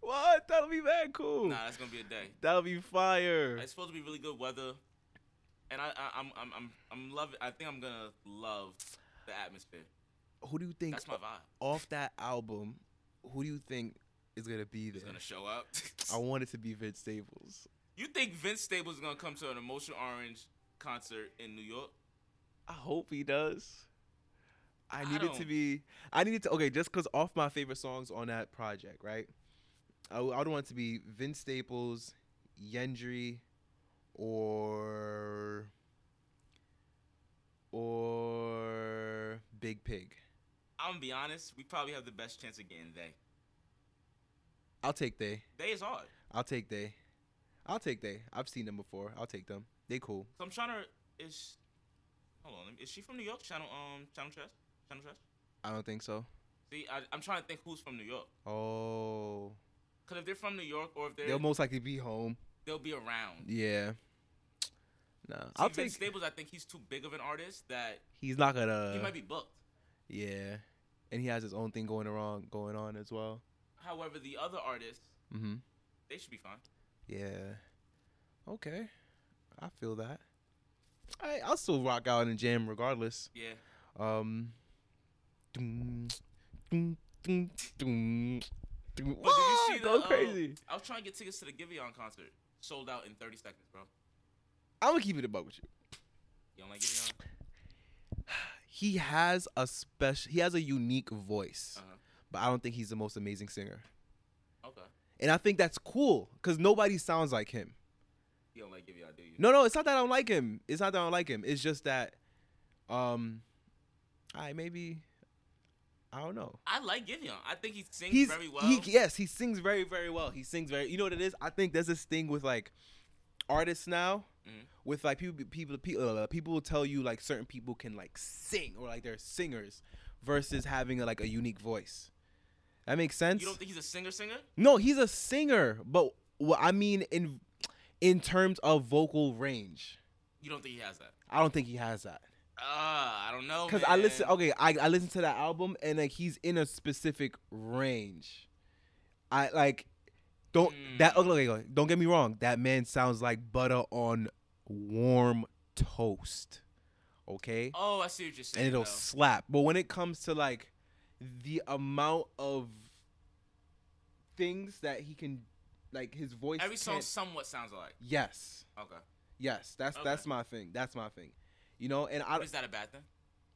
[SPEAKER 1] What? That'll be mad cool.
[SPEAKER 2] Nah, that's gonna be a day.
[SPEAKER 1] That'll be fire.
[SPEAKER 2] It's supposed to be really good weather, and I, I I'm I'm I'm I'm loving. I think I'm gonna love the atmosphere.
[SPEAKER 1] Who do you think
[SPEAKER 2] That's my vibe.
[SPEAKER 1] off that album? Who do you think is gonna be there?
[SPEAKER 2] It's gonna show up.
[SPEAKER 1] I want it to be Vince Staples.
[SPEAKER 2] you think Vince Staples is gonna come to an Emotional Orange concert in New York?
[SPEAKER 1] I hope he does. I
[SPEAKER 2] I
[SPEAKER 1] need it to
[SPEAKER 2] don't-
[SPEAKER 1] be. I need it to. Okay, just because off my favorite songs on that project, right? I, w- I would want it to be Vince Staples, Yendry, or or Big Pig.
[SPEAKER 2] I'm gonna be honest. We probably have the best chance of getting they.
[SPEAKER 1] I'll take they.
[SPEAKER 2] They is hard.
[SPEAKER 1] I'll take they. I'll take they. I've seen them before. I'll take them. They cool.
[SPEAKER 2] So I'm trying to. Is hold on. let me- Is she from New York? Channel um Channel Trust. Channel Trust.
[SPEAKER 1] I don't think so.
[SPEAKER 2] See, I, I'm trying to think who's from New York.
[SPEAKER 1] Oh,
[SPEAKER 2] Cause if they're from New York or if they're
[SPEAKER 1] they'll most likely be home.
[SPEAKER 2] they'll be around.
[SPEAKER 1] Yeah. Nah,
[SPEAKER 2] See,
[SPEAKER 1] I'll
[SPEAKER 2] Vince
[SPEAKER 1] take. Uh.
[SPEAKER 2] Staples. I think he's too big of an artist that
[SPEAKER 1] He's not gonna.
[SPEAKER 2] he might be booked.
[SPEAKER 1] Yeah, and he has his own thing going wrong, going on as well.
[SPEAKER 2] However, the other artists,
[SPEAKER 1] Mm-hmm.
[SPEAKER 2] they should be fine.
[SPEAKER 1] Yeah. Okay, I feel that. I I'll still rock out and jam regardless.
[SPEAKER 2] Yeah.
[SPEAKER 1] Um. doom, doom, doom, doom, doom.
[SPEAKER 2] But did you
[SPEAKER 1] Wah!
[SPEAKER 2] see the,
[SPEAKER 1] Ah, Go
[SPEAKER 2] uh,
[SPEAKER 1] crazy.
[SPEAKER 2] I was trying to get tickets to the Giveon concert. Sold out in 30 seconds, bro.
[SPEAKER 1] I'm gonna keep it a buck with you.
[SPEAKER 2] You don't like Giveon?
[SPEAKER 1] He has a special. He has a unique voice,
[SPEAKER 2] Uh-huh.
[SPEAKER 1] but I don't think he's the most amazing singer.
[SPEAKER 2] Okay.
[SPEAKER 1] And I think that's cool because nobody sounds like him.
[SPEAKER 2] You don't like Giveon, do you?
[SPEAKER 1] No, no, it's not that I don't like him. It's not that I don't like him. It's just that, um, I maybe, I don't know.
[SPEAKER 2] I like Giveon. I think he sings
[SPEAKER 1] He's
[SPEAKER 2] very well.
[SPEAKER 1] he yes, he sings very very well. He sings very. You know what it is? I think there's this thing with like artists now.
[SPEAKER 2] Mhm.
[SPEAKER 1] With like people, people, people, uh, people will tell you like certain people can like sing or like they're singers, versus having like a unique voice. That makes sense.
[SPEAKER 2] you don't think he's a singer singer?
[SPEAKER 1] No, he's a singer, but what I mean in in terms of vocal range,
[SPEAKER 2] You don't think he has that?
[SPEAKER 1] I don't think he has that.
[SPEAKER 2] Ah, I don't know.
[SPEAKER 1] Cause I listen,
[SPEAKER 2] man.
[SPEAKER 1] okay, I, I listen to that album and like he's in a specific range. I like don't
[SPEAKER 2] Hmm.
[SPEAKER 1] that okay, okay, okay, don't get me wrong. That man sounds like butter on warm toast, okay,
[SPEAKER 2] Oh, I see what you're saying.
[SPEAKER 1] and it'll
[SPEAKER 2] though.
[SPEAKER 1] slap. But when it comes to like the amount of things that he can, like his voice,
[SPEAKER 2] Every song
[SPEAKER 1] can't-
[SPEAKER 2] somewhat sounds alike.
[SPEAKER 1] yes,
[SPEAKER 2] Okay.
[SPEAKER 1] yes, that's
[SPEAKER 2] Okay.
[SPEAKER 1] that's my thing. That's my thing. You know, and I
[SPEAKER 2] Is that a bad thing?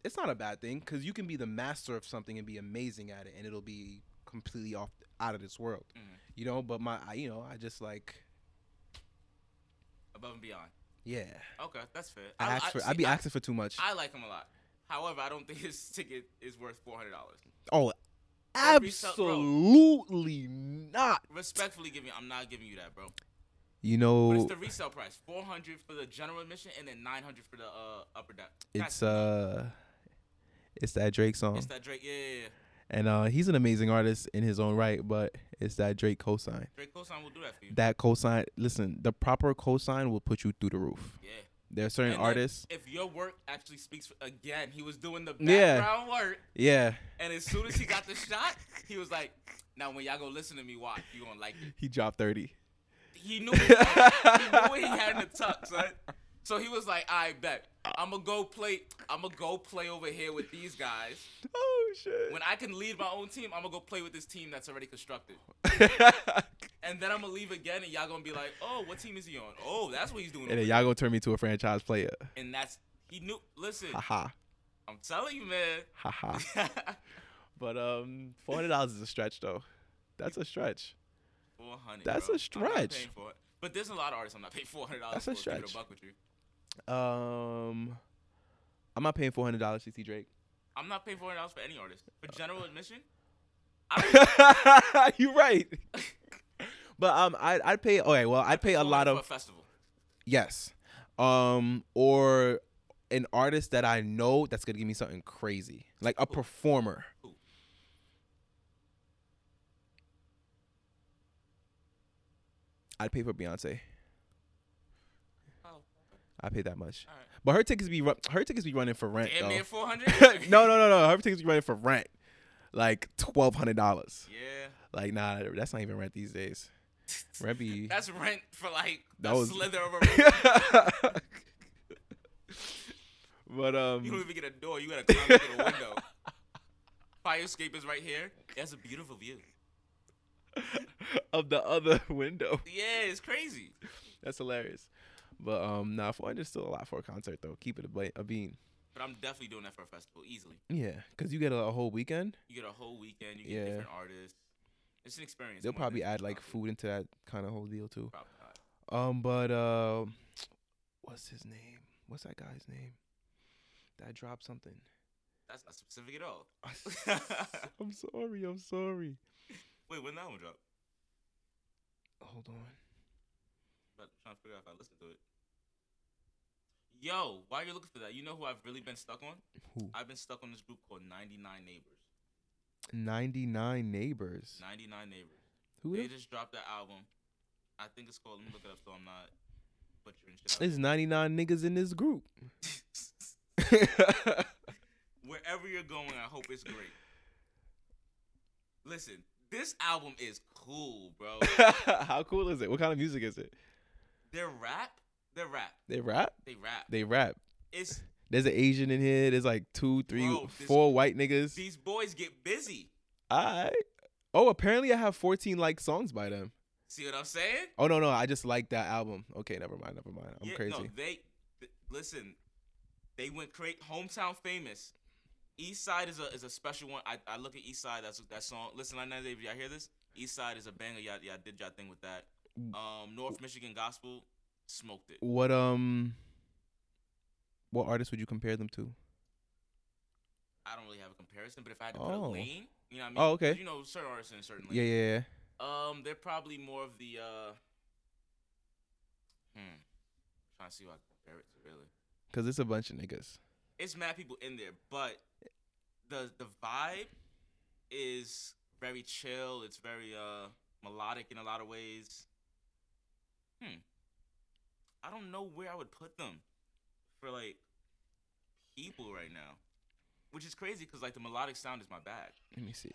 [SPEAKER 1] it's not a bad thing because you can be the master of something and be amazing at it, and it'll be completely off out of this world,
[SPEAKER 2] Mhm.
[SPEAKER 1] you know. But my, I, you know, I just like,
[SPEAKER 2] Above and beyond.
[SPEAKER 1] yeah,
[SPEAKER 2] Okay, that's fair.
[SPEAKER 1] I, ask for,
[SPEAKER 2] see,
[SPEAKER 1] I'd be
[SPEAKER 2] I,
[SPEAKER 1] asking for too much.
[SPEAKER 2] I like him a lot. However, I don't think his ticket is worth four hundred dollars.
[SPEAKER 1] oh,
[SPEAKER 2] Every so- bro.
[SPEAKER 1] absolutely not.
[SPEAKER 2] Respectfully, giving I'm not giving you that, bro.
[SPEAKER 1] You
[SPEAKER 2] But it's
[SPEAKER 1] know,
[SPEAKER 2] the resale price: four hundred for the general admission, and then nine hundred for the uh, upper deck.
[SPEAKER 1] it's uh, it's that Drake song.
[SPEAKER 2] it's that Drake. Yeah, yeah, yeah.
[SPEAKER 1] And uh, he's an amazing artist in his own right, but it's that Drake cosign.
[SPEAKER 2] Drake cosign will do that for you.
[SPEAKER 1] That cosign, listen, the proper cosign will put you through the roof.
[SPEAKER 2] yeah.
[SPEAKER 1] There are certain
[SPEAKER 2] And then
[SPEAKER 1] artists,
[SPEAKER 2] If your work actually speaks for, again, he was doing the
[SPEAKER 1] Yeah.
[SPEAKER 2] background work,
[SPEAKER 1] yeah,
[SPEAKER 2] and as soon as he got the shot, he was like, "Now when y'all go listen to me, walk, you gonna like it."
[SPEAKER 1] he dropped thirty.
[SPEAKER 2] He knew he, had, he knew what he had in the tuck, son. So he was like, "I bet I'm gonna go play. I'm gonna go play over here with these guys.
[SPEAKER 1] Oh shit!
[SPEAKER 2] When I can lead my own team, I'm gonna go play with this team that's already constructed. And then I'm gonna leave again, and y'all gonna be like, "Oh, what team is he on? Oh, that's what he's doing."
[SPEAKER 1] and
[SPEAKER 2] over
[SPEAKER 1] then
[SPEAKER 2] there."
[SPEAKER 1] y'all gonna turn me to a franchise player.
[SPEAKER 2] And that's he knew. Listen,
[SPEAKER 1] Haha,
[SPEAKER 2] I'm telling you, man.
[SPEAKER 1] haha. But um, four hundred dollars is a stretch though. That's a stretch.
[SPEAKER 2] 400.
[SPEAKER 1] That's
[SPEAKER 2] bro.
[SPEAKER 1] a
[SPEAKER 2] I'm not
[SPEAKER 1] stretch.
[SPEAKER 2] paying for it. But there's a lot of artists I'm not paying four hundred dollars
[SPEAKER 1] That's
[SPEAKER 2] for.
[SPEAKER 1] a
[SPEAKER 2] to keep it
[SPEAKER 1] stretch.
[SPEAKER 2] a buck with you.
[SPEAKER 1] Um, I'm not paying four hundred dollars to see Drake.
[SPEAKER 2] I'm not paying four hundred dollars for any artist for general admission. I don't
[SPEAKER 1] You're right. But um, I I'd pay. Okay, well, I'd pay a
[SPEAKER 2] $400
[SPEAKER 1] lot
[SPEAKER 2] for a
[SPEAKER 1] of
[SPEAKER 2] festival.
[SPEAKER 1] yes, um, or an artist that I know that's gonna give me something crazy, like a performer.
[SPEAKER 2] Who?
[SPEAKER 1] I'd pay for Beyonce.
[SPEAKER 2] Oh, all
[SPEAKER 1] I pay that much,
[SPEAKER 2] right.
[SPEAKER 1] but her tickets be ru- her tickets be running for rent.
[SPEAKER 2] Damn
[SPEAKER 1] though.
[SPEAKER 2] near four hundred.
[SPEAKER 1] no, no, no, no. Her tickets be running for rent, like twelve hundred dollars.
[SPEAKER 2] Yeah,
[SPEAKER 1] Like, nah, that's not even rent these days. Rent be
[SPEAKER 2] that's rent for like
[SPEAKER 1] That
[SPEAKER 2] a
[SPEAKER 1] was-
[SPEAKER 2] slither of a room.
[SPEAKER 1] but
[SPEAKER 2] you don't
[SPEAKER 1] um,
[SPEAKER 2] even get a door. You gotta climb up to the window. Fire escape is right here. That's a beautiful view.
[SPEAKER 1] of the other window,
[SPEAKER 2] Yeah, it's crazy.
[SPEAKER 1] that's hilarious. But um, nah, four hundred still a lot for a concert though. Keep it a, bla- a bean.
[SPEAKER 2] But I'm definitely doing that for a festival easily.
[SPEAKER 1] Yeah, cause you get a, a whole weekend.
[SPEAKER 2] You get a whole weekend. You get
[SPEAKER 1] Yeah.
[SPEAKER 2] different artists. It's an experience.
[SPEAKER 1] They'll
[SPEAKER 2] more than
[SPEAKER 1] probably
[SPEAKER 2] just
[SPEAKER 1] add like
[SPEAKER 2] concert.
[SPEAKER 1] food into that kind of whole deal too.
[SPEAKER 2] Probably not.
[SPEAKER 1] Um, but uh, what's his name? What's that guy's name? That dropped something.
[SPEAKER 2] That's not specific at all.
[SPEAKER 1] I'm sorry. I'm sorry.
[SPEAKER 2] Wait, when that one dropped?
[SPEAKER 1] Hold on.
[SPEAKER 2] But I'm trying to figure out if I listened to it. Yo, while you're looking for that, you know who I've really been stuck on?
[SPEAKER 1] Who?
[SPEAKER 2] I've been stuck on this group called 99 Neighbors.
[SPEAKER 1] 99 neighbors.
[SPEAKER 2] 99 Neighbors.
[SPEAKER 1] Who
[SPEAKER 2] They
[SPEAKER 1] is?
[SPEAKER 2] just dropped that album. I think it's called. Let me look it up so I'm not butchering shit. up.
[SPEAKER 1] There's 99 niggas in this group.
[SPEAKER 2] Wherever you're going, I hope it's great. Listen, this album is cool, bro.
[SPEAKER 1] How cool is it? What kind of music is it?
[SPEAKER 2] Their rap, their rap,
[SPEAKER 1] They rap.
[SPEAKER 2] they rap.
[SPEAKER 1] They rap.
[SPEAKER 2] It's
[SPEAKER 1] There's an Asian in here. There's like two, three, four
[SPEAKER 2] Bro, this-
[SPEAKER 1] white niggas.
[SPEAKER 2] these boys get busy.
[SPEAKER 1] I. Oh, apparently I have 14 like songs by them.
[SPEAKER 2] See what I'm saying?
[SPEAKER 1] Oh no, no, I just like that album. Okay, never mind, never mind. I'm
[SPEAKER 2] Yeah,
[SPEAKER 1] crazy.
[SPEAKER 2] No, they th- listen. They went create hometown famous. East Side is a is a special one. I, I look at East Side. That's that song. Listen, I know if y'all hear this, East Side is a banger. Y'all, y'all did y'all thing with that. Um, North Michigan Gospel smoked it.
[SPEAKER 1] What um, what artist would you compare them to?
[SPEAKER 2] I don't really have a comparison, but if I had to put
[SPEAKER 1] Oh.
[SPEAKER 2] a lane, you know what I mean?
[SPEAKER 1] Oh, okay.
[SPEAKER 2] 'Cause You know, certain artists in a certain lane.
[SPEAKER 1] Yeah, yeah, yeah.
[SPEAKER 2] Um, they're probably more of the uh. Hmm. trying to see what I can compare it to really.
[SPEAKER 1] Cause it's a bunch of niggas.
[SPEAKER 2] it's mad people in there, but the the vibe is very chill. It's very uh melodic in a lot of ways. Hmm. I don't know where I would put them for like people right now, which is crazy because like the melodic sound is my bag.
[SPEAKER 1] Let me see.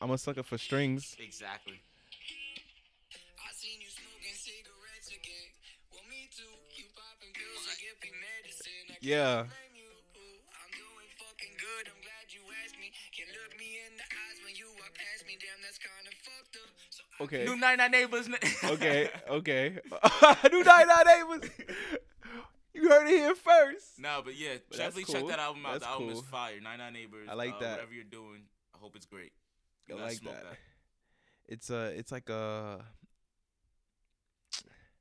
[SPEAKER 1] I'm a sucker for strings.
[SPEAKER 2] Exactly.
[SPEAKER 3] I seen you smoking cigarettes again. Well, me too. You popping pills and giving medicine. I
[SPEAKER 1] Yeah.
[SPEAKER 3] can't blame you. I'm doing fucking good. I'm glad you asked me. Can look me in the eyes when you walk past me. Damn, that's kind of fucked up. So I
[SPEAKER 1] Okay.
[SPEAKER 2] New Night Night Neighbors.
[SPEAKER 1] Okay, okay. New Night Night Neighbors. You heard it here first.
[SPEAKER 2] No, but yeah,
[SPEAKER 1] But that's
[SPEAKER 2] definitely
[SPEAKER 1] cool.
[SPEAKER 2] check that album out.
[SPEAKER 1] That's
[SPEAKER 2] the album is
[SPEAKER 1] cool.
[SPEAKER 2] fire. Nine Nine Neighbors.
[SPEAKER 1] I like
[SPEAKER 2] uh,
[SPEAKER 1] that.
[SPEAKER 2] Whatever you're doing, I hope it's great. You
[SPEAKER 1] I
[SPEAKER 2] gotta
[SPEAKER 1] like
[SPEAKER 2] smoke
[SPEAKER 1] that. It's a. It's like a.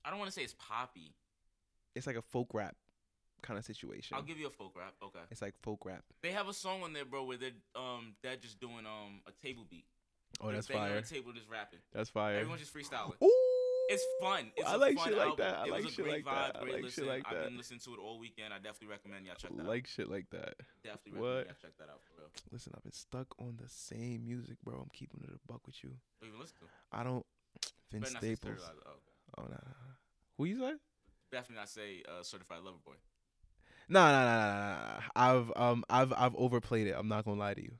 [SPEAKER 2] I don't want to say it's poppy.
[SPEAKER 1] It's like a folk rap kind of situation.
[SPEAKER 2] I'll give you a folk rap. Okay.
[SPEAKER 1] it's like folk rap.
[SPEAKER 2] They have a song on there, bro, where they're um they're just doing um a table beat.
[SPEAKER 1] Oh,
[SPEAKER 2] They're
[SPEAKER 1] that's
[SPEAKER 2] banging on
[SPEAKER 1] fire.
[SPEAKER 2] the table just rapping.
[SPEAKER 1] That's fire.
[SPEAKER 2] Everyone's just freestyling.
[SPEAKER 1] Ooh.
[SPEAKER 2] It's fun. It's
[SPEAKER 1] I
[SPEAKER 2] a
[SPEAKER 1] like
[SPEAKER 2] fun
[SPEAKER 1] shit like
[SPEAKER 2] album.
[SPEAKER 1] that.
[SPEAKER 2] It
[SPEAKER 1] I
[SPEAKER 2] was
[SPEAKER 1] like
[SPEAKER 2] a
[SPEAKER 1] shit
[SPEAKER 2] great
[SPEAKER 1] like that.
[SPEAKER 2] vibe,
[SPEAKER 1] I
[SPEAKER 2] great
[SPEAKER 1] like shit
[SPEAKER 2] listen.
[SPEAKER 1] like
[SPEAKER 2] I've
[SPEAKER 1] that.
[SPEAKER 2] been listening to it all weekend. I definitely recommend y'all check that out.
[SPEAKER 1] Like shit like that.
[SPEAKER 2] Definitely
[SPEAKER 1] What?
[SPEAKER 2] recommend y'all check that out for real.
[SPEAKER 1] Listen, I've been stuck on the same music, bro. I'm keeping it a buck with you.
[SPEAKER 2] Don't even listen to it.
[SPEAKER 1] I don't. Vince
[SPEAKER 2] Better not say
[SPEAKER 1] Staples.
[SPEAKER 2] Certified- oh, okay.
[SPEAKER 1] Oh nah, nah. nah. Who you say?
[SPEAKER 2] Definitely not say uh, Certified Lover Boy.
[SPEAKER 1] No, no, no, no, no, no. I've um, I've I've overplayed it. I'm not gonna lie to you.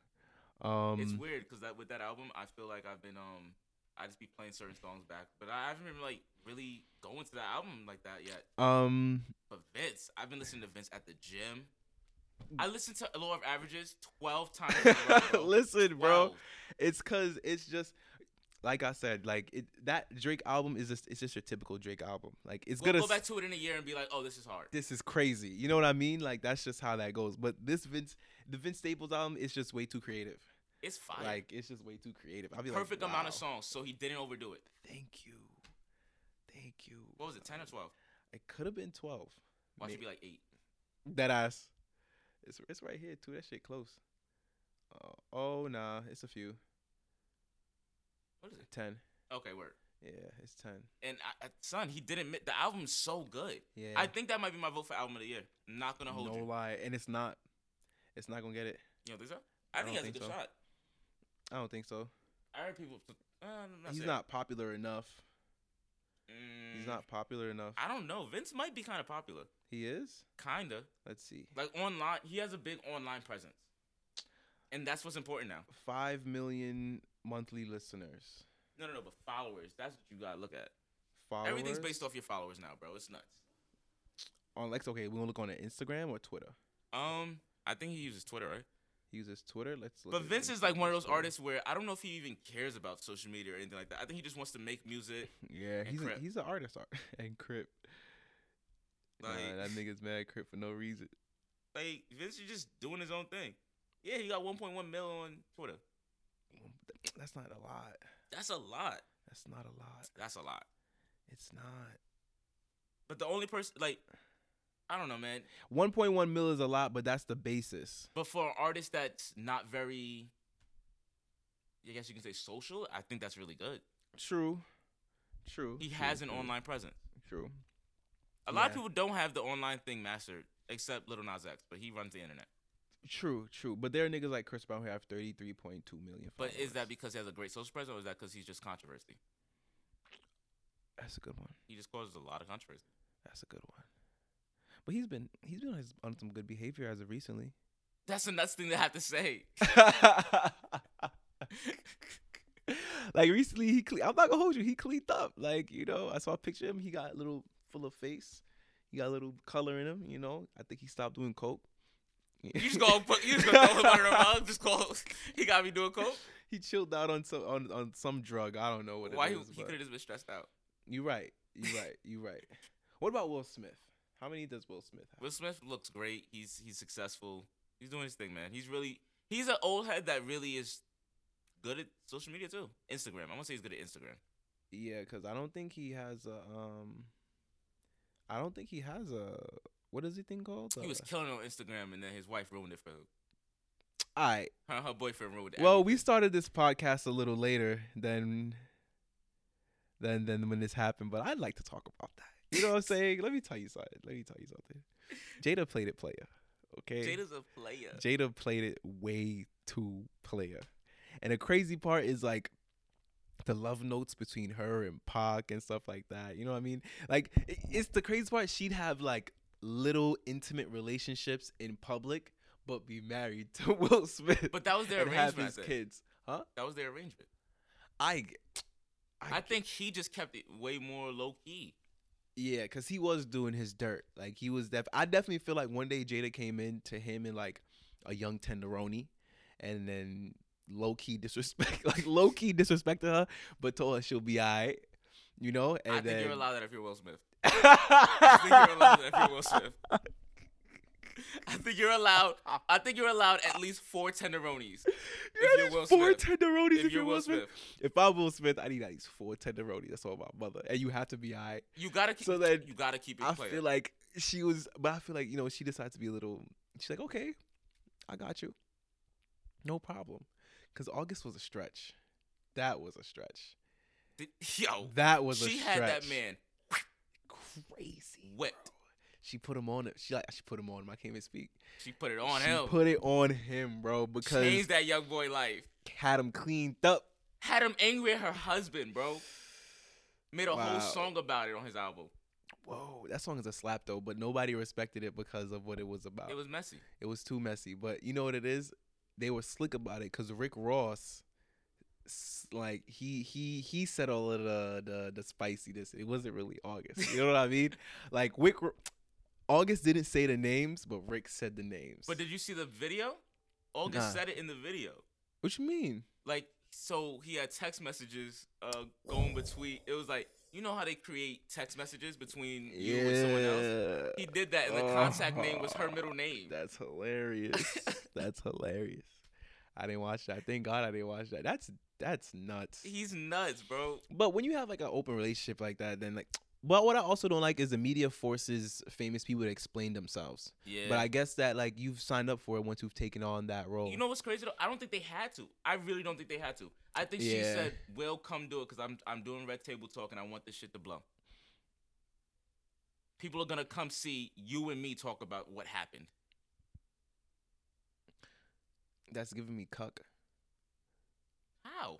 [SPEAKER 1] Um,
[SPEAKER 2] it's weird because that with that album, I feel like I've been um, I just be playing certain songs back, but I haven't been like really going to that album like that yet.
[SPEAKER 1] um,
[SPEAKER 2] But Vince, I've been listening to Vince at the gym. I listened to Law of Averages twelve times. in a row, bro.
[SPEAKER 1] listen, bro.
[SPEAKER 2] 12.
[SPEAKER 1] It's cause it's just like I said, like it, that Drake album is just it's just your typical Drake album. Like it's
[SPEAKER 2] Go,
[SPEAKER 1] gonna
[SPEAKER 2] go
[SPEAKER 1] s-
[SPEAKER 2] back to it in a year and be like, oh, this is hard.
[SPEAKER 1] this is crazy. You know what I mean? Like that's just how that goes. But this Vince, the Vince Staples album is just way too creative.
[SPEAKER 2] It's fire.
[SPEAKER 1] Like it's just way too creative. I'll be
[SPEAKER 2] Perfect
[SPEAKER 1] like,
[SPEAKER 2] amount of
[SPEAKER 1] "Wow,
[SPEAKER 2] songs, so he didn't overdo it.
[SPEAKER 1] Thank you, thank you.
[SPEAKER 2] What was it, ten or twelve?
[SPEAKER 1] It could have been twelve.
[SPEAKER 2] Why should
[SPEAKER 1] May-
[SPEAKER 2] it be like eight?
[SPEAKER 1] That ass. It's it's right here too. That shit close. Uh, oh nah, it's a few.
[SPEAKER 2] What is it?
[SPEAKER 1] Ten.
[SPEAKER 2] Okay, word.
[SPEAKER 1] Yeah, it's ten.
[SPEAKER 2] And I, I, son, he didn't. mi- The album's so good.
[SPEAKER 1] Yeah.
[SPEAKER 2] I think that might be my vote for album of the year. Not gonna hold
[SPEAKER 1] no
[SPEAKER 2] you.
[SPEAKER 1] lie, and it's not. It's not gonna get it.
[SPEAKER 2] You don't think so? I,
[SPEAKER 1] I
[SPEAKER 2] think he has
[SPEAKER 1] don't
[SPEAKER 2] a good
[SPEAKER 1] think so.
[SPEAKER 2] shot.
[SPEAKER 1] I don't think so.
[SPEAKER 2] I heard people. Uh, I'm
[SPEAKER 1] he's
[SPEAKER 2] saying-
[SPEAKER 1] not popular enough.
[SPEAKER 2] Mm,
[SPEAKER 1] He's not popular enough.
[SPEAKER 2] I don't know. Vince might be kind of popular.
[SPEAKER 1] he is.
[SPEAKER 2] Kinda
[SPEAKER 1] Let's see.
[SPEAKER 2] like online. He has a big online presence, and that's what's important now.
[SPEAKER 1] Five million monthly listeners.
[SPEAKER 2] No, no, no. But followers. That's what you gotta look at.
[SPEAKER 1] Followers.
[SPEAKER 2] Everything's based off your followers now, bro. It's nuts.
[SPEAKER 1] on like okay. We gonna look on it, Instagram or Twitter.
[SPEAKER 2] Um, I think he uses Twitter, right?
[SPEAKER 1] He uses Twitter. Let's. Look
[SPEAKER 2] But
[SPEAKER 1] at
[SPEAKER 2] Vince is like
[SPEAKER 1] Vince
[SPEAKER 2] one of those
[SPEAKER 1] Staples.
[SPEAKER 2] artists where I don't know if he even cares about social media or anything like that. I think he just wants to make music.
[SPEAKER 1] Yeah,
[SPEAKER 2] and
[SPEAKER 1] he's a,
[SPEAKER 2] Crip.
[SPEAKER 1] he's an artist ar- and Crip.
[SPEAKER 2] Like-
[SPEAKER 1] nah, that nigga's mad Crip for no reason.
[SPEAKER 2] Like Vince is just doing his own thing. Yeah, he got 1.1 mil on Twitter.
[SPEAKER 1] That's not a lot.
[SPEAKER 2] That's a lot.
[SPEAKER 1] That's not a lot.
[SPEAKER 2] That's a lot.
[SPEAKER 1] It's not.
[SPEAKER 2] But the only person, like, I don't know, man.
[SPEAKER 1] 1.1 mil is a lot, but that's the basis.
[SPEAKER 2] But for an artist that's not very, I guess you can say social. I think that's really good.
[SPEAKER 1] True. True.
[SPEAKER 2] He
[SPEAKER 1] true,
[SPEAKER 2] has an
[SPEAKER 1] true,
[SPEAKER 2] online presence.
[SPEAKER 1] True.
[SPEAKER 2] A lot of
[SPEAKER 1] Yeah.
[SPEAKER 2] people don't have the online thing mastered, except Little Nas X, but he runs the internet.
[SPEAKER 1] True. True. But there are niggas like Chris Brown who have 33.2 million.
[SPEAKER 2] But is that
[SPEAKER 1] followers.
[SPEAKER 2] because he has a great social presence, or is that because he's just controversy?
[SPEAKER 1] That's a good one.
[SPEAKER 2] He just causes a lot of controversy.
[SPEAKER 1] That's a good one. But he's been he's been on, his, on some good behavior as of recently.
[SPEAKER 2] That's the nuts thing to have to say.
[SPEAKER 1] like recently he cle- I'm not gonna hold you, he cleaned up. Like, you know, I saw a picture of him, he got a little full of face. He got a little color in him, you know. I think he stopped doing coke.
[SPEAKER 2] You just gonna put, you just gonna throw him under the rug. Just call. He got me doing coke.
[SPEAKER 1] he chilled out on some on, on some drug. I don't know what
[SPEAKER 2] Why
[SPEAKER 1] it
[SPEAKER 2] he,
[SPEAKER 1] is.
[SPEAKER 2] he could have just been stressed out.
[SPEAKER 1] you right. You right. You right. What about Will Smith? How many does Will Smith have?
[SPEAKER 2] Will Smith looks great. He's he's successful. He's doing his thing, man. He's really he's an old head that really is good at social media too. Instagram. I'm gonna say he's good at Instagram.
[SPEAKER 1] Yeah, because I don't think he has a um. I don't think he has a what is he thing called?
[SPEAKER 2] He was
[SPEAKER 1] Uh,
[SPEAKER 2] killing on Instagram, and then his wife ruined it for him.
[SPEAKER 1] all right.
[SPEAKER 2] Her, her boyfriend ruined it.
[SPEAKER 1] Well, we started this podcast a little later than than than when this happened, but I'd like to talk about that. You know what I'm saying? Let me tell you something. Let me tell you something. Jada played it player. Okay.
[SPEAKER 2] Jada's a player.
[SPEAKER 1] Jada played it way too player. And the crazy part is like the love notes between her and Pac and stuff like that. You know what I mean? Like i- it's the crazy part. She'd have like little intimate relationships in public, but be married to Will Smith
[SPEAKER 2] but that was their
[SPEAKER 1] and have
[SPEAKER 2] arrangement. I
[SPEAKER 1] his
[SPEAKER 2] think.
[SPEAKER 1] kids. Huh?
[SPEAKER 2] That was their arrangement.
[SPEAKER 1] I, g- I
[SPEAKER 2] I think he just kept it way more low key.
[SPEAKER 1] Yeah, cause he was doing his dirt. Like he was def. I definitely feel like one day Jada came in to him in like a young tenderoni, and then low key disrespect, like low key disrespected her, but told her she'll be alright. You know, and
[SPEAKER 2] I think
[SPEAKER 1] then
[SPEAKER 2] you're allowed that if youed Will Smith. I think you're allowed that if
[SPEAKER 1] allowed.
[SPEAKER 2] you're Will Smith. I think you're allowed. I think you're allowed at least four tenderonis. if you're Will
[SPEAKER 1] four
[SPEAKER 2] Smith.
[SPEAKER 1] tenderonis
[SPEAKER 2] If you're Will Smith,
[SPEAKER 1] If I'm Will Smith, I need at least four tenderonis. That's all about mother, and you have to be alright.
[SPEAKER 2] you gotta keep.
[SPEAKER 1] So then
[SPEAKER 2] you gotta keep it
[SPEAKER 1] I
[SPEAKER 2] player.
[SPEAKER 1] feel like she was, but I feel like you know she decided to be a little. She's like, okay, I got you, no problem, because August was a stretch. That was a stretch.
[SPEAKER 2] Did, yo,
[SPEAKER 1] That was a
[SPEAKER 2] Oh, she
[SPEAKER 1] stretch.
[SPEAKER 2] had that man
[SPEAKER 1] crazy.
[SPEAKER 2] wet.
[SPEAKER 1] She put him on. it. She like she put him on him. I can't even speak.
[SPEAKER 2] She put it on
[SPEAKER 1] she
[SPEAKER 2] him.
[SPEAKER 1] put it on him, bro, because
[SPEAKER 2] Changed that young boy life.
[SPEAKER 1] had him cleaned up.
[SPEAKER 2] Had him angry at her husband, bro. Made a
[SPEAKER 1] Wow.
[SPEAKER 2] whole song about it on his album.
[SPEAKER 1] Whoa, that song is a slap though, but nobody respected it because of what it was about.
[SPEAKER 2] It was messy.
[SPEAKER 1] it was too messy. But you know what it is? They were slick about it because Rick Ross, s- like he he he said all of the the, the spiciness. It wasn't really August. You know what I mean? Like Rick, August didn't say the names, but Rick said the names.
[SPEAKER 2] But did you see the video? August
[SPEAKER 1] Nah.
[SPEAKER 2] said it in the video.
[SPEAKER 1] what you mean?
[SPEAKER 2] Like, so he had text messages uh,
[SPEAKER 1] Oh.
[SPEAKER 2] going between. It was like, you know how they create text messages between you and someone else? He did that, and the contact name was her middle name.
[SPEAKER 1] That's hilarious. that's hilarious. I didn't watch that. Thank God I didn't watch that. That's that's nuts.
[SPEAKER 2] He's nuts, bro.
[SPEAKER 1] But when you have like an open relationship like that, then like, but what I also don't like is the media forces famous people to explain themselves.
[SPEAKER 2] Yeah.
[SPEAKER 1] But I guess that like you've signed up for it once you've taken on that role.
[SPEAKER 2] You know what's crazy though? I don't think they had to. I really don't think they had to. I think she
[SPEAKER 1] Yeah.
[SPEAKER 2] said, "Will come do it because I'm I'm doing Red Table Talk and I want this shit to blow." People are gonna come see you and me talk about what happened.
[SPEAKER 1] that's giving me cuck.
[SPEAKER 2] How?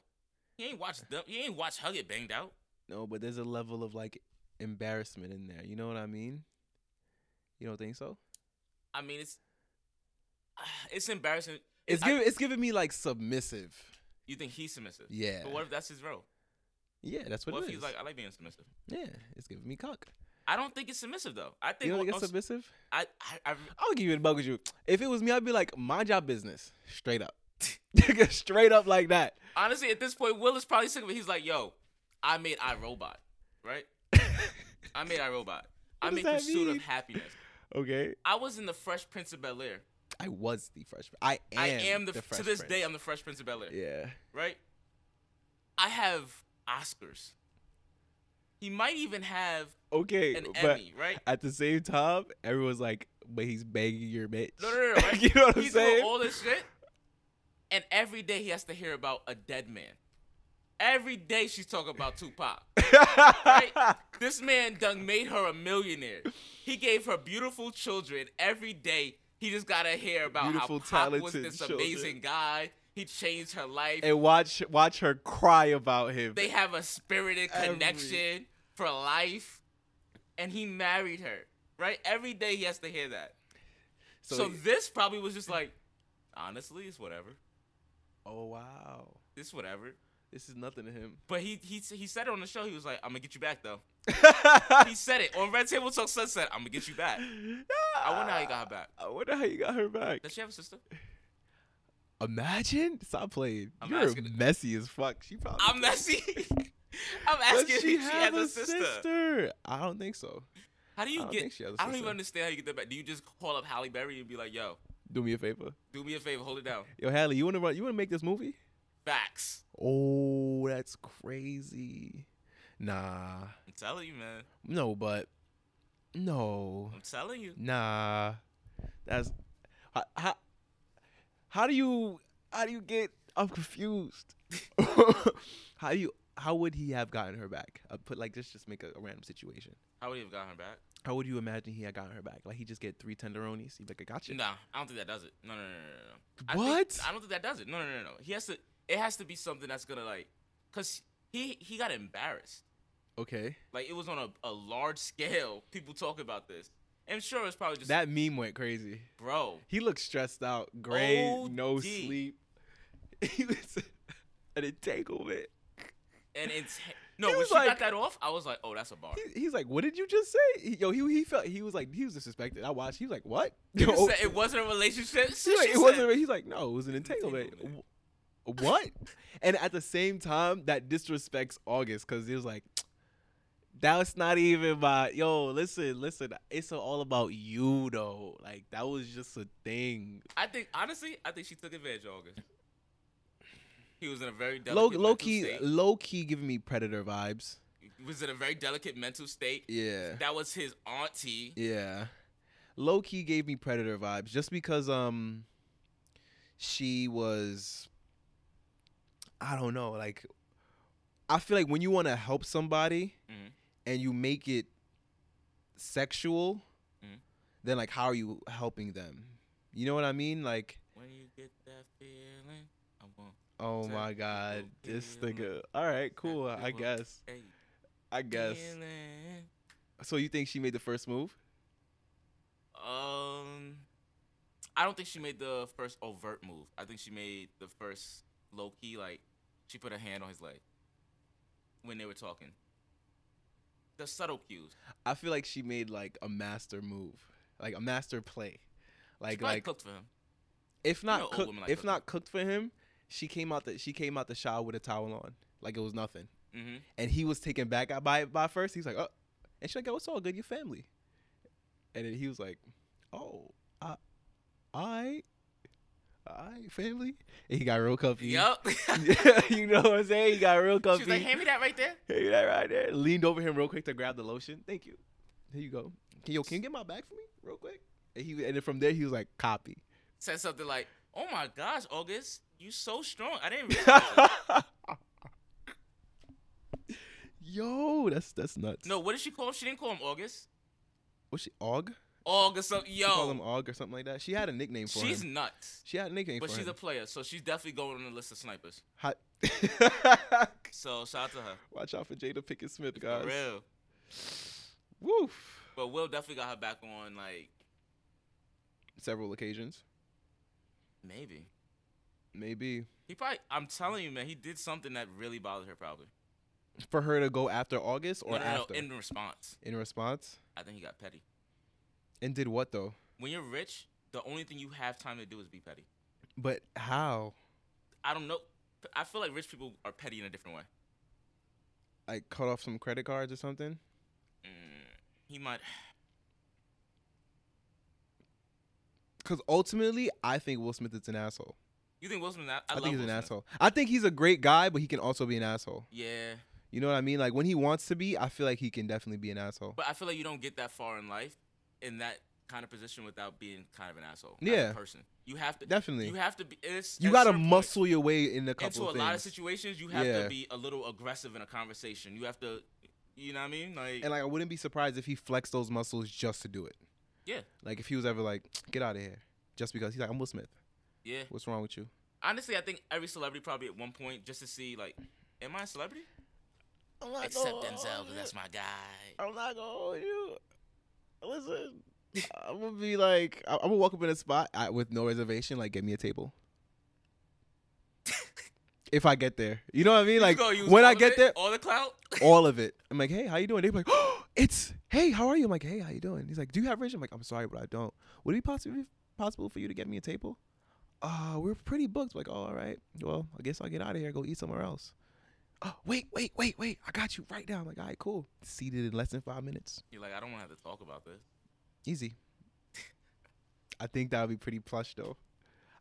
[SPEAKER 2] You ain't watched them. You ain't watched her get banged out.
[SPEAKER 1] No, but there's a level of like embarrassment in there. You know what I mean? You don't think so?
[SPEAKER 2] I mean, it's it's embarrassing.
[SPEAKER 1] It's
[SPEAKER 2] I-
[SPEAKER 1] giving it's giving me like submissive.
[SPEAKER 2] you think he's submissive?
[SPEAKER 1] Yeah.
[SPEAKER 2] But what if that's his role?
[SPEAKER 1] Yeah, that's what,
[SPEAKER 2] What,
[SPEAKER 1] it
[SPEAKER 2] if
[SPEAKER 1] is.
[SPEAKER 2] he's like, I like being submissive?
[SPEAKER 1] yeah, it's giving me cuck.
[SPEAKER 2] I don't think it's submissive though. I think
[SPEAKER 1] You don't think it's
[SPEAKER 2] also-
[SPEAKER 1] submissive?
[SPEAKER 2] I, I, I
[SPEAKER 1] I'll give you the bug with you. If it was me, I'd be like, mind your business. Straight up. Straight up like that.
[SPEAKER 2] honestly, at this point, Will is probably sick of it. He's like, "Yo, I made iRobot, right? I made iRobot. I
[SPEAKER 1] does
[SPEAKER 2] made
[SPEAKER 1] that
[SPEAKER 2] Pursuit
[SPEAKER 1] mean?
[SPEAKER 2] of Happiness.
[SPEAKER 1] Okay.
[SPEAKER 2] I was in the Fresh Prince of Bel Air.
[SPEAKER 1] I was the freshman. I am,
[SPEAKER 2] I am the,
[SPEAKER 1] Fresh
[SPEAKER 2] to this
[SPEAKER 1] Prince.
[SPEAKER 2] day I'm the Fresh Prince of Bel Air,
[SPEAKER 1] Yeah.
[SPEAKER 2] right? I have Oscars. He might even have
[SPEAKER 1] Okay.
[SPEAKER 2] an
[SPEAKER 1] but
[SPEAKER 2] Emmy, right?
[SPEAKER 1] at the same time, everyone's like, but he's banging your bitch.
[SPEAKER 2] No, no, no, no, right?
[SPEAKER 1] you know what I'm
[SPEAKER 2] He's doing
[SPEAKER 1] saying?
[SPEAKER 2] all this shit, and every day he has to hear about a dead man. Every day she's talking about Tupac. right? This man done made her a millionaire. He gave her beautiful children every day. He just gotta hear about how
[SPEAKER 1] Beautiful,
[SPEAKER 2] Pop was
[SPEAKER 1] talented
[SPEAKER 2] this
[SPEAKER 1] children.
[SPEAKER 2] amazing guy. He changed her life.
[SPEAKER 1] and watch watch her cry about him.
[SPEAKER 2] they have a spirited
[SPEAKER 1] Every-
[SPEAKER 2] connection for life. And he married her. Right? Every day he has to hear that. So, this probably was just like, honestly, it's whatever.
[SPEAKER 1] oh wow,
[SPEAKER 2] It's whatever.
[SPEAKER 1] this is nothing to him.
[SPEAKER 2] But he he he said it on the show. He was like, "I'm gonna get you back though." he said it on Red Table Talk Sunset. I'm gonna get you back. I wonder how he got her back.
[SPEAKER 1] I wonder how you got her back.
[SPEAKER 2] Does she have a sister?
[SPEAKER 1] Imagine. Stop playing.
[SPEAKER 2] I'm
[SPEAKER 1] You're
[SPEAKER 2] asking-
[SPEAKER 1] messy as fuck. She probably.
[SPEAKER 2] I'm messy. I'm
[SPEAKER 1] Does
[SPEAKER 2] asking if she, has a sister.
[SPEAKER 1] I don't think so.
[SPEAKER 2] How do
[SPEAKER 1] Oh, I
[SPEAKER 2] you
[SPEAKER 1] don't
[SPEAKER 2] get?
[SPEAKER 1] think she has a
[SPEAKER 2] I don't even
[SPEAKER 1] sister.
[SPEAKER 2] understand how you get that back. Do you just call up Halle Berry and be like, "Yo,
[SPEAKER 1] Do me a favor,
[SPEAKER 2] do me a favor, hold it down."
[SPEAKER 1] yo, Hallie. You wanna run? You wanna make this movie?
[SPEAKER 2] Facts.
[SPEAKER 1] Oh, that's crazy. Nah.
[SPEAKER 2] I'm telling you, man.
[SPEAKER 1] No, but no.
[SPEAKER 2] I'm telling you.
[SPEAKER 1] Nah. That's how, how, how do you how do you get I'm confused. how do you how would he have gotten her back? I put like just just make a, a random situation.
[SPEAKER 2] How would he have gotten her back?
[SPEAKER 1] How would you imagine he had gotten her back? Like he just get three tenderonis. He'd be like, I got you.
[SPEAKER 2] Nah, I don't think that does it. No, no, no, no, no, no. I think-
[SPEAKER 1] What?
[SPEAKER 2] I don't think that does it. No, no, no, no. He has to. It has to be something that's gonna like, cause he he got embarrassed.
[SPEAKER 1] Okay.
[SPEAKER 2] Like it was on a, a large scale. People talk about this. And sure, it's probably just
[SPEAKER 1] That meme went crazy.
[SPEAKER 2] bro.
[SPEAKER 1] He looked stressed out, gray, no
[SPEAKER 2] OD.
[SPEAKER 1] sleep. He was an entanglement.
[SPEAKER 2] And it's no.
[SPEAKER 1] He
[SPEAKER 2] When
[SPEAKER 1] was
[SPEAKER 2] she
[SPEAKER 1] like-
[SPEAKER 2] got that off, I was like, oh, that's a bar.
[SPEAKER 1] He, he's like, "What did you just say?" He- yo, he he felt he was like he was disrespected. I watched. He was like, "What?"
[SPEAKER 2] You
[SPEAKER 1] Yo,
[SPEAKER 2] said it wasn't a relationship.
[SPEAKER 1] he's
[SPEAKER 2] She
[SPEAKER 1] like, oh, it
[SPEAKER 2] said-
[SPEAKER 1] wasn't. He's like, "No, it was an entanglement."
[SPEAKER 2] Entanglement.
[SPEAKER 1] Wh- What? and at the same time, that disrespects August because he was like, "That's not even my yo." Listen, listen. It's all about you though. Like that was just a thing.
[SPEAKER 2] I think honestly, I think she took advantage of August. He was in a very
[SPEAKER 1] Low,
[SPEAKER 2] delicate
[SPEAKER 1] low
[SPEAKER 2] mental
[SPEAKER 1] key,
[SPEAKER 2] state.
[SPEAKER 1] low key, giving me predator vibes.
[SPEAKER 2] He was in a very delicate mental state.
[SPEAKER 1] Yeah.
[SPEAKER 2] That was his auntie.
[SPEAKER 1] Yeah. Low key gave me predator vibes just because um she was I don't know, like I feel like when you want to help somebody
[SPEAKER 2] Mhm.
[SPEAKER 1] and you make it sexual,
[SPEAKER 2] Mhm.
[SPEAKER 1] then like how are you helping them? You know what I mean? Like,
[SPEAKER 2] When you get that feeling, I want.
[SPEAKER 1] oh
[SPEAKER 2] Sexual
[SPEAKER 1] my god, this
[SPEAKER 2] feeling.
[SPEAKER 1] nigga. All right, cool. I
[SPEAKER 2] Sexual
[SPEAKER 1] guess.
[SPEAKER 2] Hey,
[SPEAKER 1] I guess.
[SPEAKER 2] feeling.
[SPEAKER 1] So you think she made the first move?
[SPEAKER 2] Um, I don't think she made the first overt move. I think she made the first low key, like she put her hand on his leg when they were talking. The subtle cues.
[SPEAKER 1] I feel like she made like a master move, like a master play.
[SPEAKER 2] Like,
[SPEAKER 1] Like
[SPEAKER 2] probably
[SPEAKER 1] like
[SPEAKER 2] cooked for him.
[SPEAKER 1] if not
[SPEAKER 2] know old
[SPEAKER 1] cook,
[SPEAKER 2] women like
[SPEAKER 1] if
[SPEAKER 2] cooking.
[SPEAKER 1] not cooked for him, she came out the she came out the shower with a towel on, like it was nothing.
[SPEAKER 2] hmm
[SPEAKER 1] And he was taken back by it by first. He's like, oh, and she's like, oh, it's all good, your family. And then he was like, oh, I, I, I family. And he got real comfy.
[SPEAKER 2] Yup. she
[SPEAKER 1] you know what I'm saying? He got real comfy.
[SPEAKER 2] was like, "Hand me that right there."
[SPEAKER 1] Hey, that right there. Leaned over him real quick to grab the lotion. Thank you. Here you go. Can yo, can you get my bag for me real quick? And he and then from there he was like, copy.
[SPEAKER 2] Said something like, "Oh my gosh, August, you so strong. I didn't realize." it."
[SPEAKER 1] yo, that's that's nuts.
[SPEAKER 2] no, what did she call him? She didn't call him August.
[SPEAKER 1] was she Og?
[SPEAKER 2] August, so,
[SPEAKER 1] She called him
[SPEAKER 2] yo,
[SPEAKER 1] Og or something like that. She had a nickname for
[SPEAKER 2] she's
[SPEAKER 1] him.
[SPEAKER 2] nuts.
[SPEAKER 1] She had a nickname
[SPEAKER 2] But
[SPEAKER 1] for
[SPEAKER 2] she's a
[SPEAKER 1] him.
[SPEAKER 2] player, so she's definitely going on the list of snipers.
[SPEAKER 1] Hot.
[SPEAKER 2] So shout out to her.
[SPEAKER 1] Watch out for Jada Pickett Smith,
[SPEAKER 2] For
[SPEAKER 1] guys.
[SPEAKER 2] real.
[SPEAKER 1] Woof.
[SPEAKER 2] But Will definitely got her back on, like,
[SPEAKER 1] Several occasions,
[SPEAKER 2] maybe.
[SPEAKER 1] maybe
[SPEAKER 2] He probably, I'm telling you, man, he did something that really bothered her, probably.
[SPEAKER 1] for her to go after August or
[SPEAKER 2] no, no, no,
[SPEAKER 1] after
[SPEAKER 2] in response.
[SPEAKER 1] in response.
[SPEAKER 2] I think he got petty.
[SPEAKER 1] And did what though?
[SPEAKER 2] When you're rich, the only thing you have time to do is be petty.
[SPEAKER 1] But how?
[SPEAKER 2] I don't know. I feel like rich people are petty in a different way.
[SPEAKER 1] Like cut off some credit cards or something?
[SPEAKER 2] Mm, he might.
[SPEAKER 1] Because ultimately, I think Will Smith is an asshole.
[SPEAKER 2] You think Wilson? I,
[SPEAKER 1] I,
[SPEAKER 2] I, love
[SPEAKER 1] think he's
[SPEAKER 2] Will
[SPEAKER 1] an
[SPEAKER 2] Smith.
[SPEAKER 1] asshole. I think he's a great guy, but he can also be an asshole.
[SPEAKER 2] Yeah,
[SPEAKER 1] You know what I mean? Like when he wants to be, I feel like he can definitely be an asshole.
[SPEAKER 2] but I feel like you don't get that far in life in that kind of position without being kind of an asshole. as a
[SPEAKER 1] Yeah.
[SPEAKER 2] person. You have to.
[SPEAKER 1] Definitely.
[SPEAKER 2] You have to be. It's,
[SPEAKER 1] You
[SPEAKER 2] at
[SPEAKER 1] gotta
[SPEAKER 2] certain points-
[SPEAKER 1] muscle your way in a couple
[SPEAKER 2] into
[SPEAKER 1] of
[SPEAKER 2] a
[SPEAKER 1] things.
[SPEAKER 2] lot of situations, you have
[SPEAKER 1] Yeah.
[SPEAKER 2] to be a little aggressive in a conversation. You have to, you know what I mean? Like,
[SPEAKER 1] and like I wouldn't be surprised if he flexed those muscles just to do it.
[SPEAKER 2] Yeah.
[SPEAKER 1] Like if he was ever like, get out of here, just because he's like, I'm Will Smith.
[SPEAKER 2] yeah.
[SPEAKER 1] What's wrong with you?
[SPEAKER 2] Honestly, I think every celebrity probably at one point just to see, like, am I a celebrity?
[SPEAKER 4] Accept themselves. That's
[SPEAKER 2] my guy.
[SPEAKER 1] I'm not gonna hold you. Listen, I'm gonna be like, I- I'm gonna walk up in a spot I, with no reservation. Like, get me a table. if I get there, you know what I mean. Like, when I get there,
[SPEAKER 2] all the clout.
[SPEAKER 1] all of it. I'm like, hey, how you doing? They're like, oh, it's hey, how are you? I'm like, hey, how you doing? He's like, do you have vision? I'm like, I'm sorry, but I don't. Would it be possible possible for you to get me a table? Uh, we're pretty booked. like, oh, all right. Well, I guess I'll get out of here. Go eat somewhere else. Oh, wait, wait, wait, wait. I got you right now. I'm like, all right, cool. Seated in less than five minutes.
[SPEAKER 2] You're like, I don't want to have to talk about this.
[SPEAKER 1] Easy. I think that'll be pretty plush though.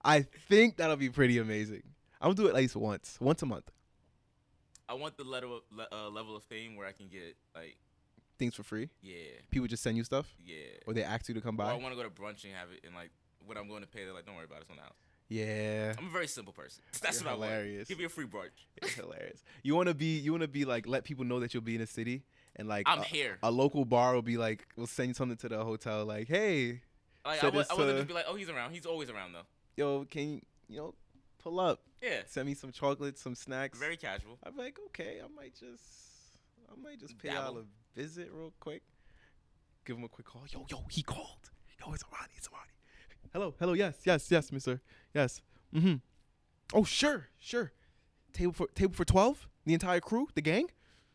[SPEAKER 1] I think that'll be pretty amazing. I'm gonna do it at least once, once a month.
[SPEAKER 2] I want the level of, le- uh, level of fame where I can get like,
[SPEAKER 1] Things for free.
[SPEAKER 2] yeah,
[SPEAKER 1] People just send you stuff,
[SPEAKER 2] yeah.
[SPEAKER 1] or they ask you to come
[SPEAKER 2] Or I
[SPEAKER 1] by.
[SPEAKER 2] want to go to brunch and have it, and like, what I'm going to pay, they're like, don't worry about it, it's on the house.
[SPEAKER 1] Yeah.
[SPEAKER 2] I'm a very simple person. That's
[SPEAKER 1] You're
[SPEAKER 2] what I
[SPEAKER 1] hilarious.
[SPEAKER 2] want. Give me a free brunch.
[SPEAKER 1] It's hilarious. You want to be you want to be like let people know that you'll be in a city and like
[SPEAKER 2] I'm
[SPEAKER 1] a,
[SPEAKER 2] here.
[SPEAKER 1] a local bar will be like will send you something to the hotel like hey
[SPEAKER 2] Like, I,
[SPEAKER 1] said
[SPEAKER 2] would,
[SPEAKER 1] this uh,
[SPEAKER 2] I wouldn't
[SPEAKER 1] to-
[SPEAKER 2] just be like, oh, he's around. He's always around though.
[SPEAKER 1] yo can you you know pull up
[SPEAKER 2] Yeah,
[SPEAKER 1] send me some chocolates some snacks.
[SPEAKER 2] very casual.
[SPEAKER 1] I'm like okay I might just I might just pay
[SPEAKER 2] Dabble.
[SPEAKER 1] y'all a visit real quick. Give him a quick call. Yo yo he called. Yo it's Arani it's Arani. Hello hello yes yes yes Mister yes mm-hmm. Oh sure sure table for table for twelve the entire crew the gang.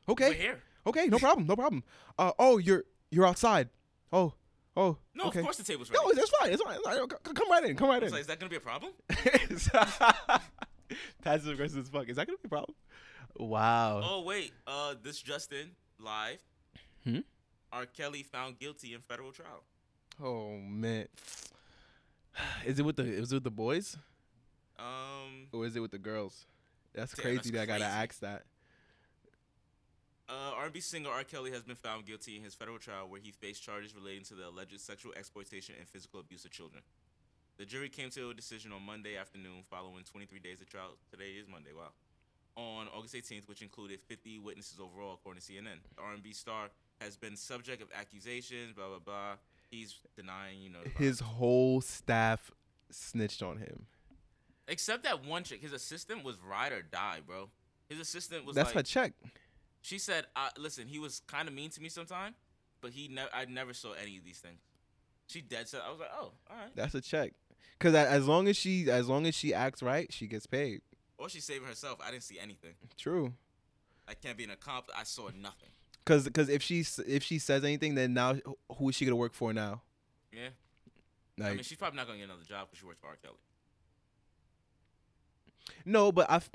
[SPEAKER 1] Okay.
[SPEAKER 2] We're here.
[SPEAKER 1] Okay, no problem, no problem. Uh, oh, you're you're outside. Oh, oh.
[SPEAKER 2] No,
[SPEAKER 1] okay.
[SPEAKER 2] of course the table's ready.
[SPEAKER 1] No, that's fine. It's fine. It's fine. C- c- Come right in. Come right
[SPEAKER 2] I was
[SPEAKER 1] in.
[SPEAKER 2] like, is that gonna be a problem?
[SPEAKER 1] Passive aggressive as fuck. Is that gonna be a problem? Wow.
[SPEAKER 2] Oh wait, uh, this Justin live.
[SPEAKER 1] Hmm?
[SPEAKER 2] R. Kelly found guilty in federal trial.
[SPEAKER 1] Oh, man. Is it with the is it with the boys
[SPEAKER 2] Um,
[SPEAKER 1] or is it with the girls? That's
[SPEAKER 2] Damn,
[SPEAKER 1] crazy.
[SPEAKER 2] that's
[SPEAKER 1] that I gotta
[SPEAKER 2] crazy.
[SPEAKER 1] ask that.
[SPEAKER 2] uh, R&B singer R. Kelly has been found guilty in his federal trial where he faced charges relating to the alleged sexual exploitation and physical abuse of children. The jury came to a decision on Monday afternoon following 23 days of trial. Today is Monday. Wow. on August 18th, which included 50 witnesses overall, according to CNN. The R&B star has been subject of accusations, blah blah blah. He's denying, you know, the
[SPEAKER 1] His whole staff snitched on him.
[SPEAKER 2] violence. except that one chick. His assistant was ride or die, bro. His assistant was
[SPEAKER 1] That's
[SPEAKER 2] like,
[SPEAKER 1] her check.
[SPEAKER 2] she said, uh, "Listen, he was kind of mean to me sometime, but he never. I never saw any of these things." She dead said, "I was like, oh, all right."
[SPEAKER 1] That's a check. Cause a- as long as she as long as she acts right, she gets paid.
[SPEAKER 2] Or she's saving herself. I didn't see anything.
[SPEAKER 1] True.
[SPEAKER 2] I can't be an accomplice. I saw nothing.
[SPEAKER 1] Cause cause if she s- if she says anything, then now wh- who is she gonna work for now?
[SPEAKER 2] Yeah.
[SPEAKER 1] Like
[SPEAKER 2] I mean, she's probably not gonna get another job because she works for R. Kelly.
[SPEAKER 1] no, but I. f-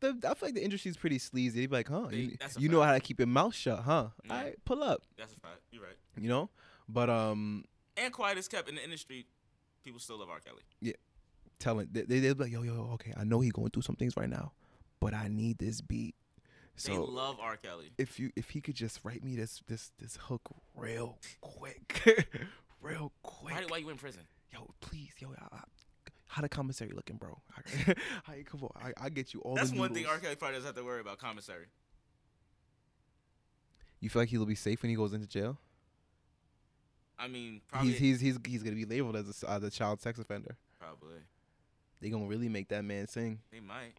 [SPEAKER 1] The, I feel like the industry's pretty sleazy. They'd be like, huh?
[SPEAKER 2] They-
[SPEAKER 1] you
[SPEAKER 2] that's a
[SPEAKER 1] you know
[SPEAKER 2] fact.
[SPEAKER 1] how to keep your mouth shut, huh?
[SPEAKER 2] Yeah.
[SPEAKER 1] All right, pull up,
[SPEAKER 2] That's a fact. You're right.
[SPEAKER 1] you know? But um,
[SPEAKER 2] And quiet is kept in the industry. People still love R. Kelly.
[SPEAKER 1] telling, they, they, they'd be like, yo, yo, yo, okay, I know he going through some things right now, but I need this beat.
[SPEAKER 2] they
[SPEAKER 1] So
[SPEAKER 2] love R. Kelly.
[SPEAKER 1] if you if he could just write me this this this hook real quick, real quick.
[SPEAKER 2] Why, did- why you in prison?
[SPEAKER 1] yo, please, yo, I, I, how the commissary looking, bro? I, I, come on, I, I get you all.
[SPEAKER 2] That's
[SPEAKER 1] the
[SPEAKER 2] one thing
[SPEAKER 1] noodles.
[SPEAKER 2] R. Kelly probably doesn't have to worry about commissary.
[SPEAKER 1] You feel like he'll be safe when he goes into jail?
[SPEAKER 2] I mean, probably.
[SPEAKER 1] He's he's he's he's gonna be labeled as a, s- as a child sex offender.
[SPEAKER 2] probably.
[SPEAKER 1] They gonna really make that man sing.
[SPEAKER 2] They might.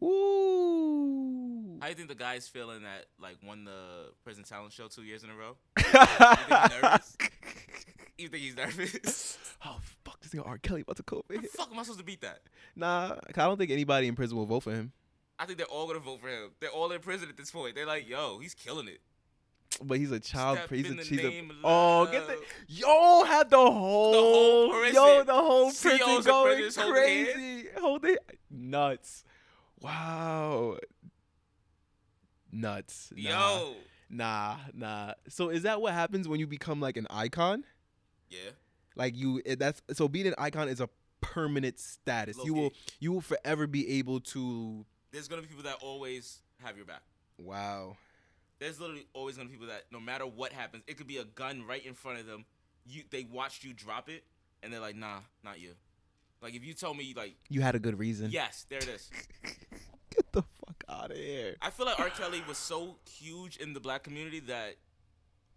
[SPEAKER 1] Woo!
[SPEAKER 2] How you think the guy's feeling that like won the prison talent show two years in a row? nervous? You think he's nervous?
[SPEAKER 1] oh fuck! This nigga R. Kelly about to cope.
[SPEAKER 2] How the fuck am I supposed to beat that?
[SPEAKER 1] Nah, 'cause I don't think anybody in prison will vote for him.
[SPEAKER 2] I think they're all gonna vote for him. They're all in prison at this point. They're like, yo, he's killing it.
[SPEAKER 1] But he's a child.
[SPEAKER 2] Step
[SPEAKER 1] he's
[SPEAKER 2] in
[SPEAKER 1] a,
[SPEAKER 2] the
[SPEAKER 1] he's a,
[SPEAKER 2] name of
[SPEAKER 1] oh, get the
[SPEAKER 2] love.
[SPEAKER 1] yo have the whole, yo
[SPEAKER 2] prison.
[SPEAKER 1] the whole prison
[SPEAKER 2] CEOs of
[SPEAKER 1] going
[SPEAKER 2] prisons holding hands.
[SPEAKER 1] crazy, holding nuts. Wow, nuts. Nah,
[SPEAKER 2] Yo.
[SPEAKER 1] nah, nah. So is that what happens when you become like an icon?
[SPEAKER 2] Yeah.
[SPEAKER 1] Like you, it- that's so being an icon is a permanent status. you
[SPEAKER 2] Low-key.
[SPEAKER 1] will, you will forever be able to.
[SPEAKER 2] There's gonna be people that always have your back.
[SPEAKER 1] Wow.
[SPEAKER 2] There's literally always gonna be people that no matter what happens, it could be a gun right in front of them. You they watched you drop it and they're like, nah, not you. Like if you told me like,
[SPEAKER 1] You had a good reason.
[SPEAKER 2] yes, there it is.
[SPEAKER 1] Get the fuck out of here.
[SPEAKER 2] I feel like R. Kelly was so huge in the black community that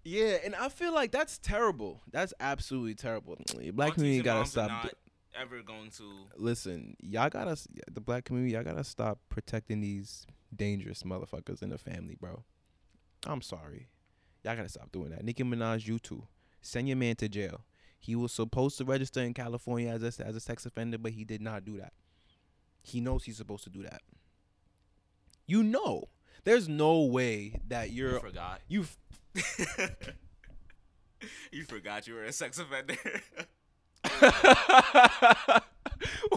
[SPEAKER 1] Yeah, and I feel like that's terrible. That's absolutely terrible. The black
[SPEAKER 2] aunties
[SPEAKER 1] community
[SPEAKER 2] and
[SPEAKER 1] gotta
[SPEAKER 2] moms are
[SPEAKER 1] stop.
[SPEAKER 2] not
[SPEAKER 1] d-
[SPEAKER 2] ever going to
[SPEAKER 1] Listen, y'all gotta s- the black community. Y'all gotta stop protecting these dangerous motherfuckers in the family, bro. I'm sorry, y'all gotta stop doing that. Nicki Minaj, you too. Send your man to jail. He was supposed to register in California as a, as a sex offender, but he did not do that. He knows he's supposed to do that. You know, there's no way that
[SPEAKER 2] You
[SPEAKER 1] you're
[SPEAKER 2] forgot.
[SPEAKER 1] you. f-
[SPEAKER 2] you forgot you were a sex offender.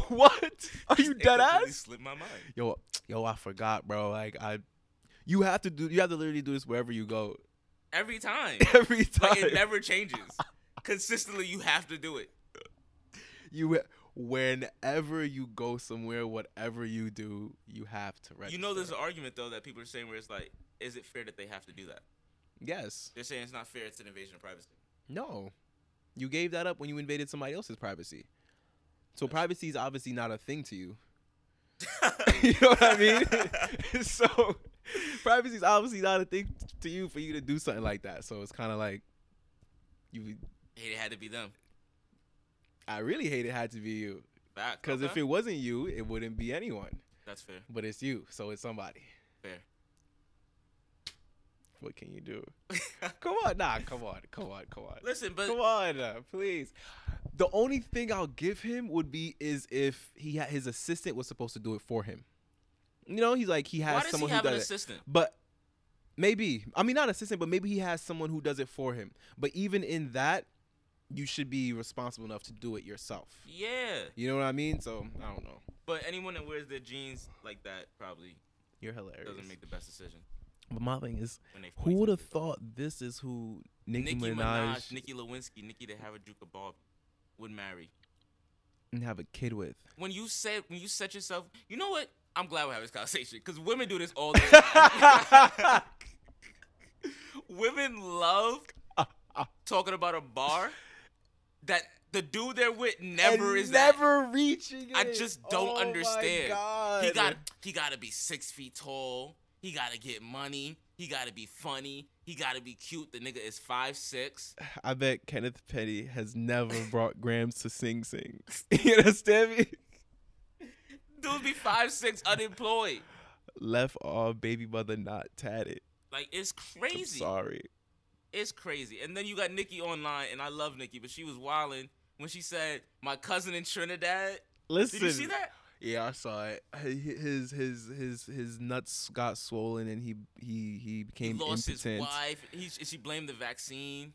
[SPEAKER 1] what? Are you
[SPEAKER 2] It
[SPEAKER 1] dead
[SPEAKER 2] completely
[SPEAKER 1] ass?
[SPEAKER 2] Slipped my mind.
[SPEAKER 1] yo, yo, I forgot, bro. Like I, you have to do, you have to literally do this wherever you go,
[SPEAKER 2] Every time.
[SPEAKER 1] every time.
[SPEAKER 2] Like it never changes. Consistently, you have to do it.
[SPEAKER 1] you, whenever you go somewhere, whatever you do, you have to register.
[SPEAKER 2] You know, there's an argument though that people are saying where it's like, is it fair that they have to do that?
[SPEAKER 1] yes,
[SPEAKER 2] They're saying it's not fair. It's an invasion of privacy.
[SPEAKER 1] no, you gave that up when you invaded somebody else's privacy. So privacy is obviously not a thing to you. you know what I mean? so privacy is obviously not a thing to you for you to do something like that. So it's kind of like you.
[SPEAKER 2] It had to be them.
[SPEAKER 1] I really hate it had to be you.
[SPEAKER 2] Back.
[SPEAKER 1] Because if
[SPEAKER 2] okay.
[SPEAKER 1] it wasn't you, it wouldn't be anyone.
[SPEAKER 2] that's fair,
[SPEAKER 1] But it's you, so it's somebody.
[SPEAKER 2] fair.
[SPEAKER 1] What can you do? Come on, nah, come on, come on, come on.
[SPEAKER 2] Listen, but
[SPEAKER 1] Come on, uh, please. The only thing I'll give him would be is if he had his assistant was supposed to do it for him. You know, he's like he has
[SPEAKER 2] why does he
[SPEAKER 1] someone
[SPEAKER 2] have
[SPEAKER 1] who
[SPEAKER 2] an
[SPEAKER 1] does it.
[SPEAKER 2] assistant?
[SPEAKER 1] But maybe I mean not assistant, but maybe he has someone who does it for him. But even in that, you should be responsible enough to do it yourself.
[SPEAKER 2] Yeah,
[SPEAKER 1] You know what I mean? So I don't know.
[SPEAKER 2] but anyone that wears their jeans like that probably
[SPEAKER 1] You're hilarious.
[SPEAKER 2] doesn't make the best decision.
[SPEAKER 1] but my thing is,
[SPEAKER 2] When they
[SPEAKER 1] Who would have
[SPEAKER 2] thought?
[SPEAKER 1] thought this is who Nicki,
[SPEAKER 2] Nicki
[SPEAKER 1] Minaj,
[SPEAKER 2] Minaj, Nicki Lewinsky, Nicki the Harajuku Bob would marry.
[SPEAKER 1] and have a kid with?
[SPEAKER 2] When you said when you set yourself, you know what? I'm glad we're having this conversation because women do this all the time. women love talking about a bar that the dude they're with never
[SPEAKER 1] And
[SPEAKER 2] is that.
[SPEAKER 1] never reaching.
[SPEAKER 2] I
[SPEAKER 1] it.
[SPEAKER 2] just don't
[SPEAKER 1] Oh my
[SPEAKER 2] understand.
[SPEAKER 1] God.
[SPEAKER 2] He got he got to be six feet tall. He got to get money. He got to be funny. He got to be cute. The nigga is five six.
[SPEAKER 1] I bet Kenneth Petty has never brought Grams to Sing Sing. you understand me?
[SPEAKER 2] Dude be five six, unemployed.
[SPEAKER 1] Left all baby mother not tatted.
[SPEAKER 2] Like it's
[SPEAKER 1] I'm
[SPEAKER 2] crazy.
[SPEAKER 1] sorry.
[SPEAKER 2] It's crazy. And then you got Nikki online, and I love Nikki, but she was wilding when she said my cousin in Trinidad.
[SPEAKER 1] Listen.
[SPEAKER 2] Did you see that?
[SPEAKER 1] Yeah, I saw it. His his his his nuts got swollen and he he he
[SPEAKER 2] He
[SPEAKER 1] became
[SPEAKER 2] lost his
[SPEAKER 1] impotent.
[SPEAKER 2] wife. He, she blamed the vaccine,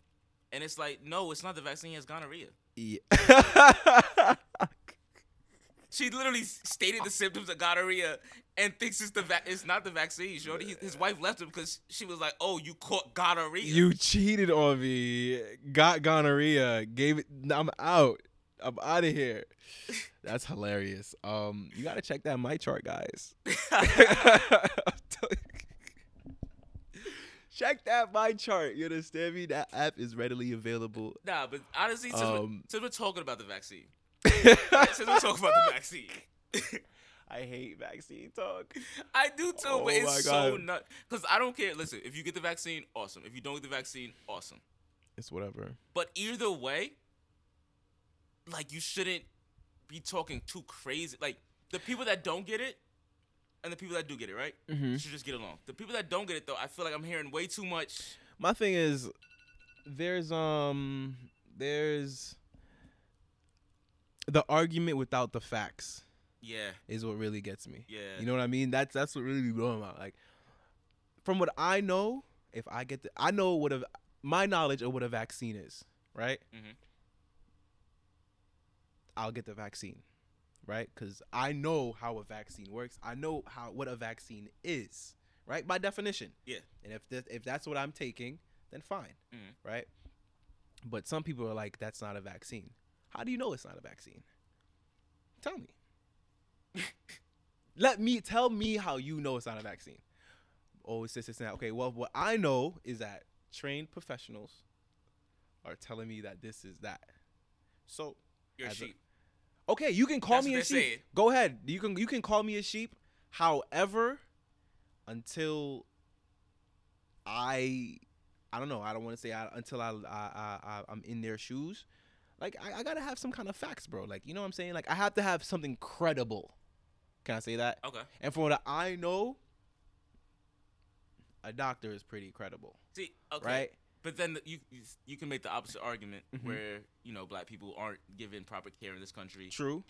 [SPEAKER 2] and it's like no, it's not the vaccine. He has gonorrhea.
[SPEAKER 1] Yeah.
[SPEAKER 2] She literally s- stated the symptoms of gonorrhea and thinks it's the va- it's not the vaccine. Shorty, He- his wife left him because she was like, "Oh, you caught gonorrhea."
[SPEAKER 1] you cheated on me. Got gonorrhea. Gave it. I'm out. I'm out of here. That's hilarious. Um, you gotta check that my chart, guys. check that my chart. You understand me? That app is readily available.
[SPEAKER 2] nah, but honestly, since, we're,
[SPEAKER 1] Um.
[SPEAKER 2] since we're talking about the vaccine, since we're
[SPEAKER 1] I
[SPEAKER 2] talking about the vaccine,
[SPEAKER 1] hate vaccine talk.
[SPEAKER 2] I do too.
[SPEAKER 1] Oh
[SPEAKER 2] but
[SPEAKER 1] my
[SPEAKER 2] it's so
[SPEAKER 1] God.
[SPEAKER 2] nuts because I don't care. Listen, if you get the vaccine, awesome. If you don't get the vaccine, awesome.
[SPEAKER 1] It's whatever.
[SPEAKER 2] But either way, like you shouldn't be talking too crazy. Like the people that don't get it and the people that do get it, right?
[SPEAKER 1] Mhm.
[SPEAKER 2] Should just get along. The people that don't get it though, I feel like I'm hearing way too much.
[SPEAKER 1] my thing is there's um there's the argument without the facts
[SPEAKER 2] Yeah,
[SPEAKER 1] is what really gets me.
[SPEAKER 2] yeah.
[SPEAKER 1] You know what I mean? That's that's what really be blowing my like from what I know, if I get the I know what a my knowledge of what a vaccine is, right?
[SPEAKER 2] Mhm.
[SPEAKER 1] I'll get the vaccine, right? Because I know how a vaccine works. I know how what a vaccine is, right? By definition.
[SPEAKER 2] Yeah.
[SPEAKER 1] And if that if that's what I'm taking, then fine,
[SPEAKER 2] Mhm.
[SPEAKER 1] right? But some people are like, that's not a vaccine. How do you know it's not a vaccine? Tell me. Let me tell me how you know it's not a vaccine. Oh, it's this, it's that. Okay, well, what I know is that trained professionals are telling me that this is that. So
[SPEAKER 2] You're a
[SPEAKER 1] as a-
[SPEAKER 2] sheep.
[SPEAKER 1] Okay, you can call
[SPEAKER 2] That's
[SPEAKER 1] me
[SPEAKER 2] what
[SPEAKER 1] a
[SPEAKER 2] they
[SPEAKER 1] sheep.
[SPEAKER 2] said.
[SPEAKER 1] Go ahead. You can you can call me a sheep. However, until I I don't know. I don't want to say I, until I, I I I- I'm in their shoes. Like I, I gotta have some kind of facts, bro. Like you know what I'm saying. Like I have to have something credible. Can I say that?
[SPEAKER 2] okay.
[SPEAKER 1] And from what I know, a doctor is pretty credible,
[SPEAKER 2] See, okay.
[SPEAKER 1] right?
[SPEAKER 2] But then you you- you can make the opposite argument
[SPEAKER 1] Mhm.
[SPEAKER 2] where you know black people aren't given proper care in this country
[SPEAKER 1] True.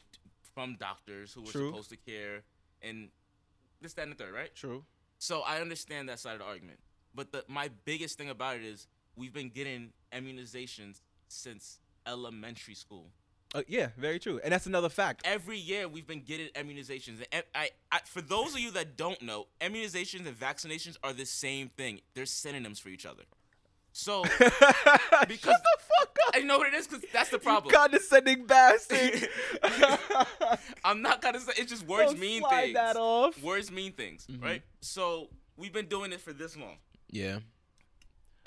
[SPEAKER 2] from doctors who are
[SPEAKER 1] True.
[SPEAKER 2] supposed to care and this that and the third, right?
[SPEAKER 1] True.
[SPEAKER 2] So I understand that side of the argument. But the, my biggest thing about it is we've been getting immunizations since elementary school.
[SPEAKER 1] Uh, yeah, very true. And that's another fact.
[SPEAKER 2] Every year we've been getting immunizations. And em- I, I, for those of you that don't know, immunizations and vaccinations are the same thing. They're synonyms for each other. So
[SPEAKER 1] Shut the fuck up.
[SPEAKER 2] I know what it is because that's the
[SPEAKER 1] You
[SPEAKER 2] problem.
[SPEAKER 1] condescending bastard.
[SPEAKER 2] I'm not gonna say it's just words
[SPEAKER 1] Don't
[SPEAKER 2] mean
[SPEAKER 1] slide
[SPEAKER 2] things.
[SPEAKER 1] that off.
[SPEAKER 2] Words mean things, right? So we've been doing it for this long.
[SPEAKER 1] Yeah.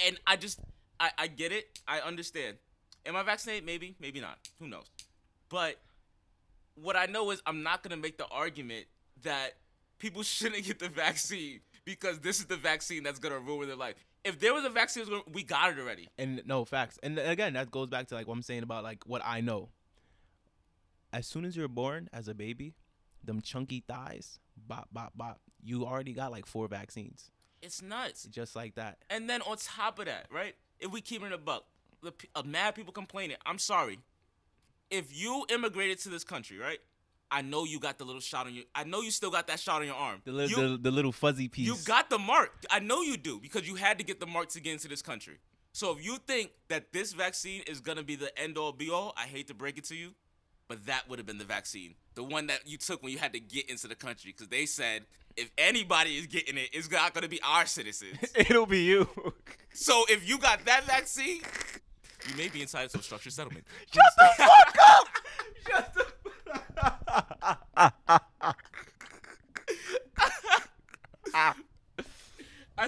[SPEAKER 2] and I just I, I get it. I understand. Am I vaccinated? Maybe, maybe not. Who knows? But what I know is I'm not gonna make the argument that people shouldn't get the vaccine because this is the vaccine that's gonna ruin their life. If there was a vaccine, that was gonna- we got it already.
[SPEAKER 1] And no facts. And again, that goes back to like what I'm saying about like what I know. As soon as you're born as a baby, them chunky thighs, bop bop bop, you already got like four vaccines,
[SPEAKER 2] It's nuts.
[SPEAKER 1] just like that.
[SPEAKER 2] And then on top of that, right? If we keep it in a buck, the p- uh, mad people complaining. I'm sorry. If you immigrated to this country, right? I know you got the little shot on your. I know you still got that shot on your arm.
[SPEAKER 1] The, li-
[SPEAKER 2] You-
[SPEAKER 1] the, the little fuzzy piece.
[SPEAKER 2] You got the mark. I know you do because you had to get the mark to get into this country. So if you think that this vaccine is gonna be the end all be all, I hate to break it to you, but that would have been the vaccine, the one that you took when you had to get into the country, because they said if anybody is getting it, it's not gonna be our citizens.
[SPEAKER 1] It'll be you.
[SPEAKER 2] so if you got that vaccine, you may be entitled to a structured settlement.
[SPEAKER 1] Shut the fuck up! Shut
[SPEAKER 2] I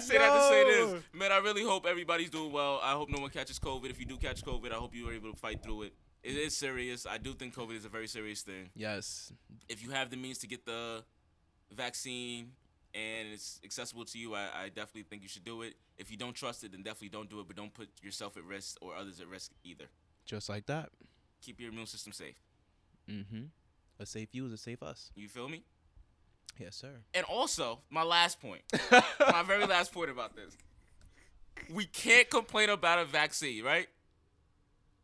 [SPEAKER 2] say that to say
[SPEAKER 1] Yo.
[SPEAKER 2] this, man. I really hope everybody's doing well. I hope no one catches COVID. If you do catch COVID, I hope you were able to fight through it. It is serious. I do think COVID is a very serious thing.
[SPEAKER 1] Yes.
[SPEAKER 2] If you have the means to get the vaccine and it's accessible to you, I, I definitely think you should do it. If you don't trust it, then definitely don't do it. But don't put yourself at risk or others at risk either.
[SPEAKER 1] Just like that.
[SPEAKER 2] Keep your immune system safe.
[SPEAKER 1] Mm-hmm. A safe you is a safe us.
[SPEAKER 2] You feel me?
[SPEAKER 1] Yes, sir.
[SPEAKER 2] And also, my last point, my very last point about this. We can't complain about a vaccine, right?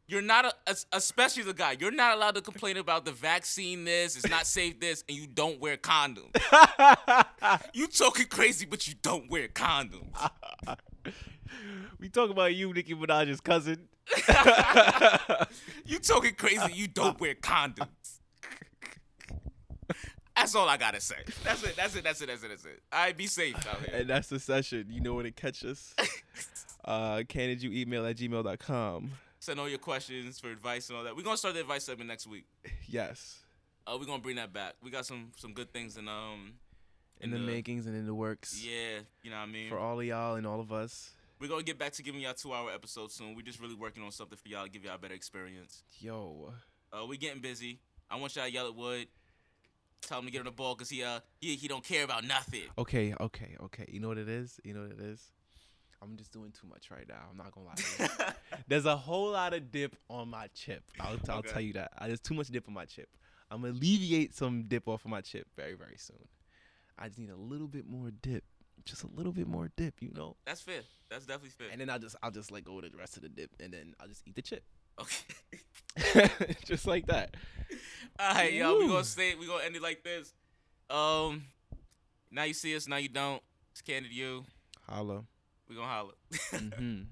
[SPEAKER 2] You're not, a, es- especially the guy, you're not allowed to complain about the vaccine this, it's not safe this, and you don't wear condoms. you talking crazy, but you don't wear condoms.
[SPEAKER 1] we talk about you, Nicki Minaj's cousin.
[SPEAKER 2] You talking crazy, you don't wear condoms. That's all I gotta say. That's it, that's it, that's it, that's it, that's it. All right, be safe out here.
[SPEAKER 5] And that's the session. You know where to catch us. uh, can did you email at gmail.com?
[SPEAKER 2] send all your questions for advice and all that. We're gonna start the advice segment next week.
[SPEAKER 5] Yes.
[SPEAKER 2] Uh, we're gonna bring that back. We got some some good things in um
[SPEAKER 1] In the
[SPEAKER 2] the-
[SPEAKER 1] makings and in the works.
[SPEAKER 2] yeah, you know what I mean.
[SPEAKER 1] For all of y'all and all of us.
[SPEAKER 2] we're gonna get back to giving y'all two hour episodes soon. We're just really working on something for y'all to give y'all a better experience.
[SPEAKER 1] Yo.
[SPEAKER 2] Uh, we getting busy. I want y'all to yell at Wood. Tell him to get on the ball because he uh he he don't care about nothing.
[SPEAKER 1] Okay, okay, okay. You know what it is? You know what it is? I'm just doing too much right now. I'm not gonna lie. To you. There's a whole lot of dip on my chip. I'll, I'll
[SPEAKER 2] Okay.
[SPEAKER 1] tell you that. Uh, There's too much dip on my chip. I'm gonna alleviate some dip off of my chip very, very soon. I just need a little bit more dip, just a little bit more dip, you know.
[SPEAKER 2] That's fair. That's definitely fair.
[SPEAKER 1] And then I'll just I'll just let go of the rest of the dip, and then I'll just eat the chip,
[SPEAKER 2] okay.
[SPEAKER 1] just like that.
[SPEAKER 2] All right, y'all. We
[SPEAKER 1] Woo.
[SPEAKER 2] gonna stay. We gonna end it like this. Um, now you see us. Now you don't. It's candid you.
[SPEAKER 1] Holla.
[SPEAKER 2] We gonna holler.
[SPEAKER 1] Mhm.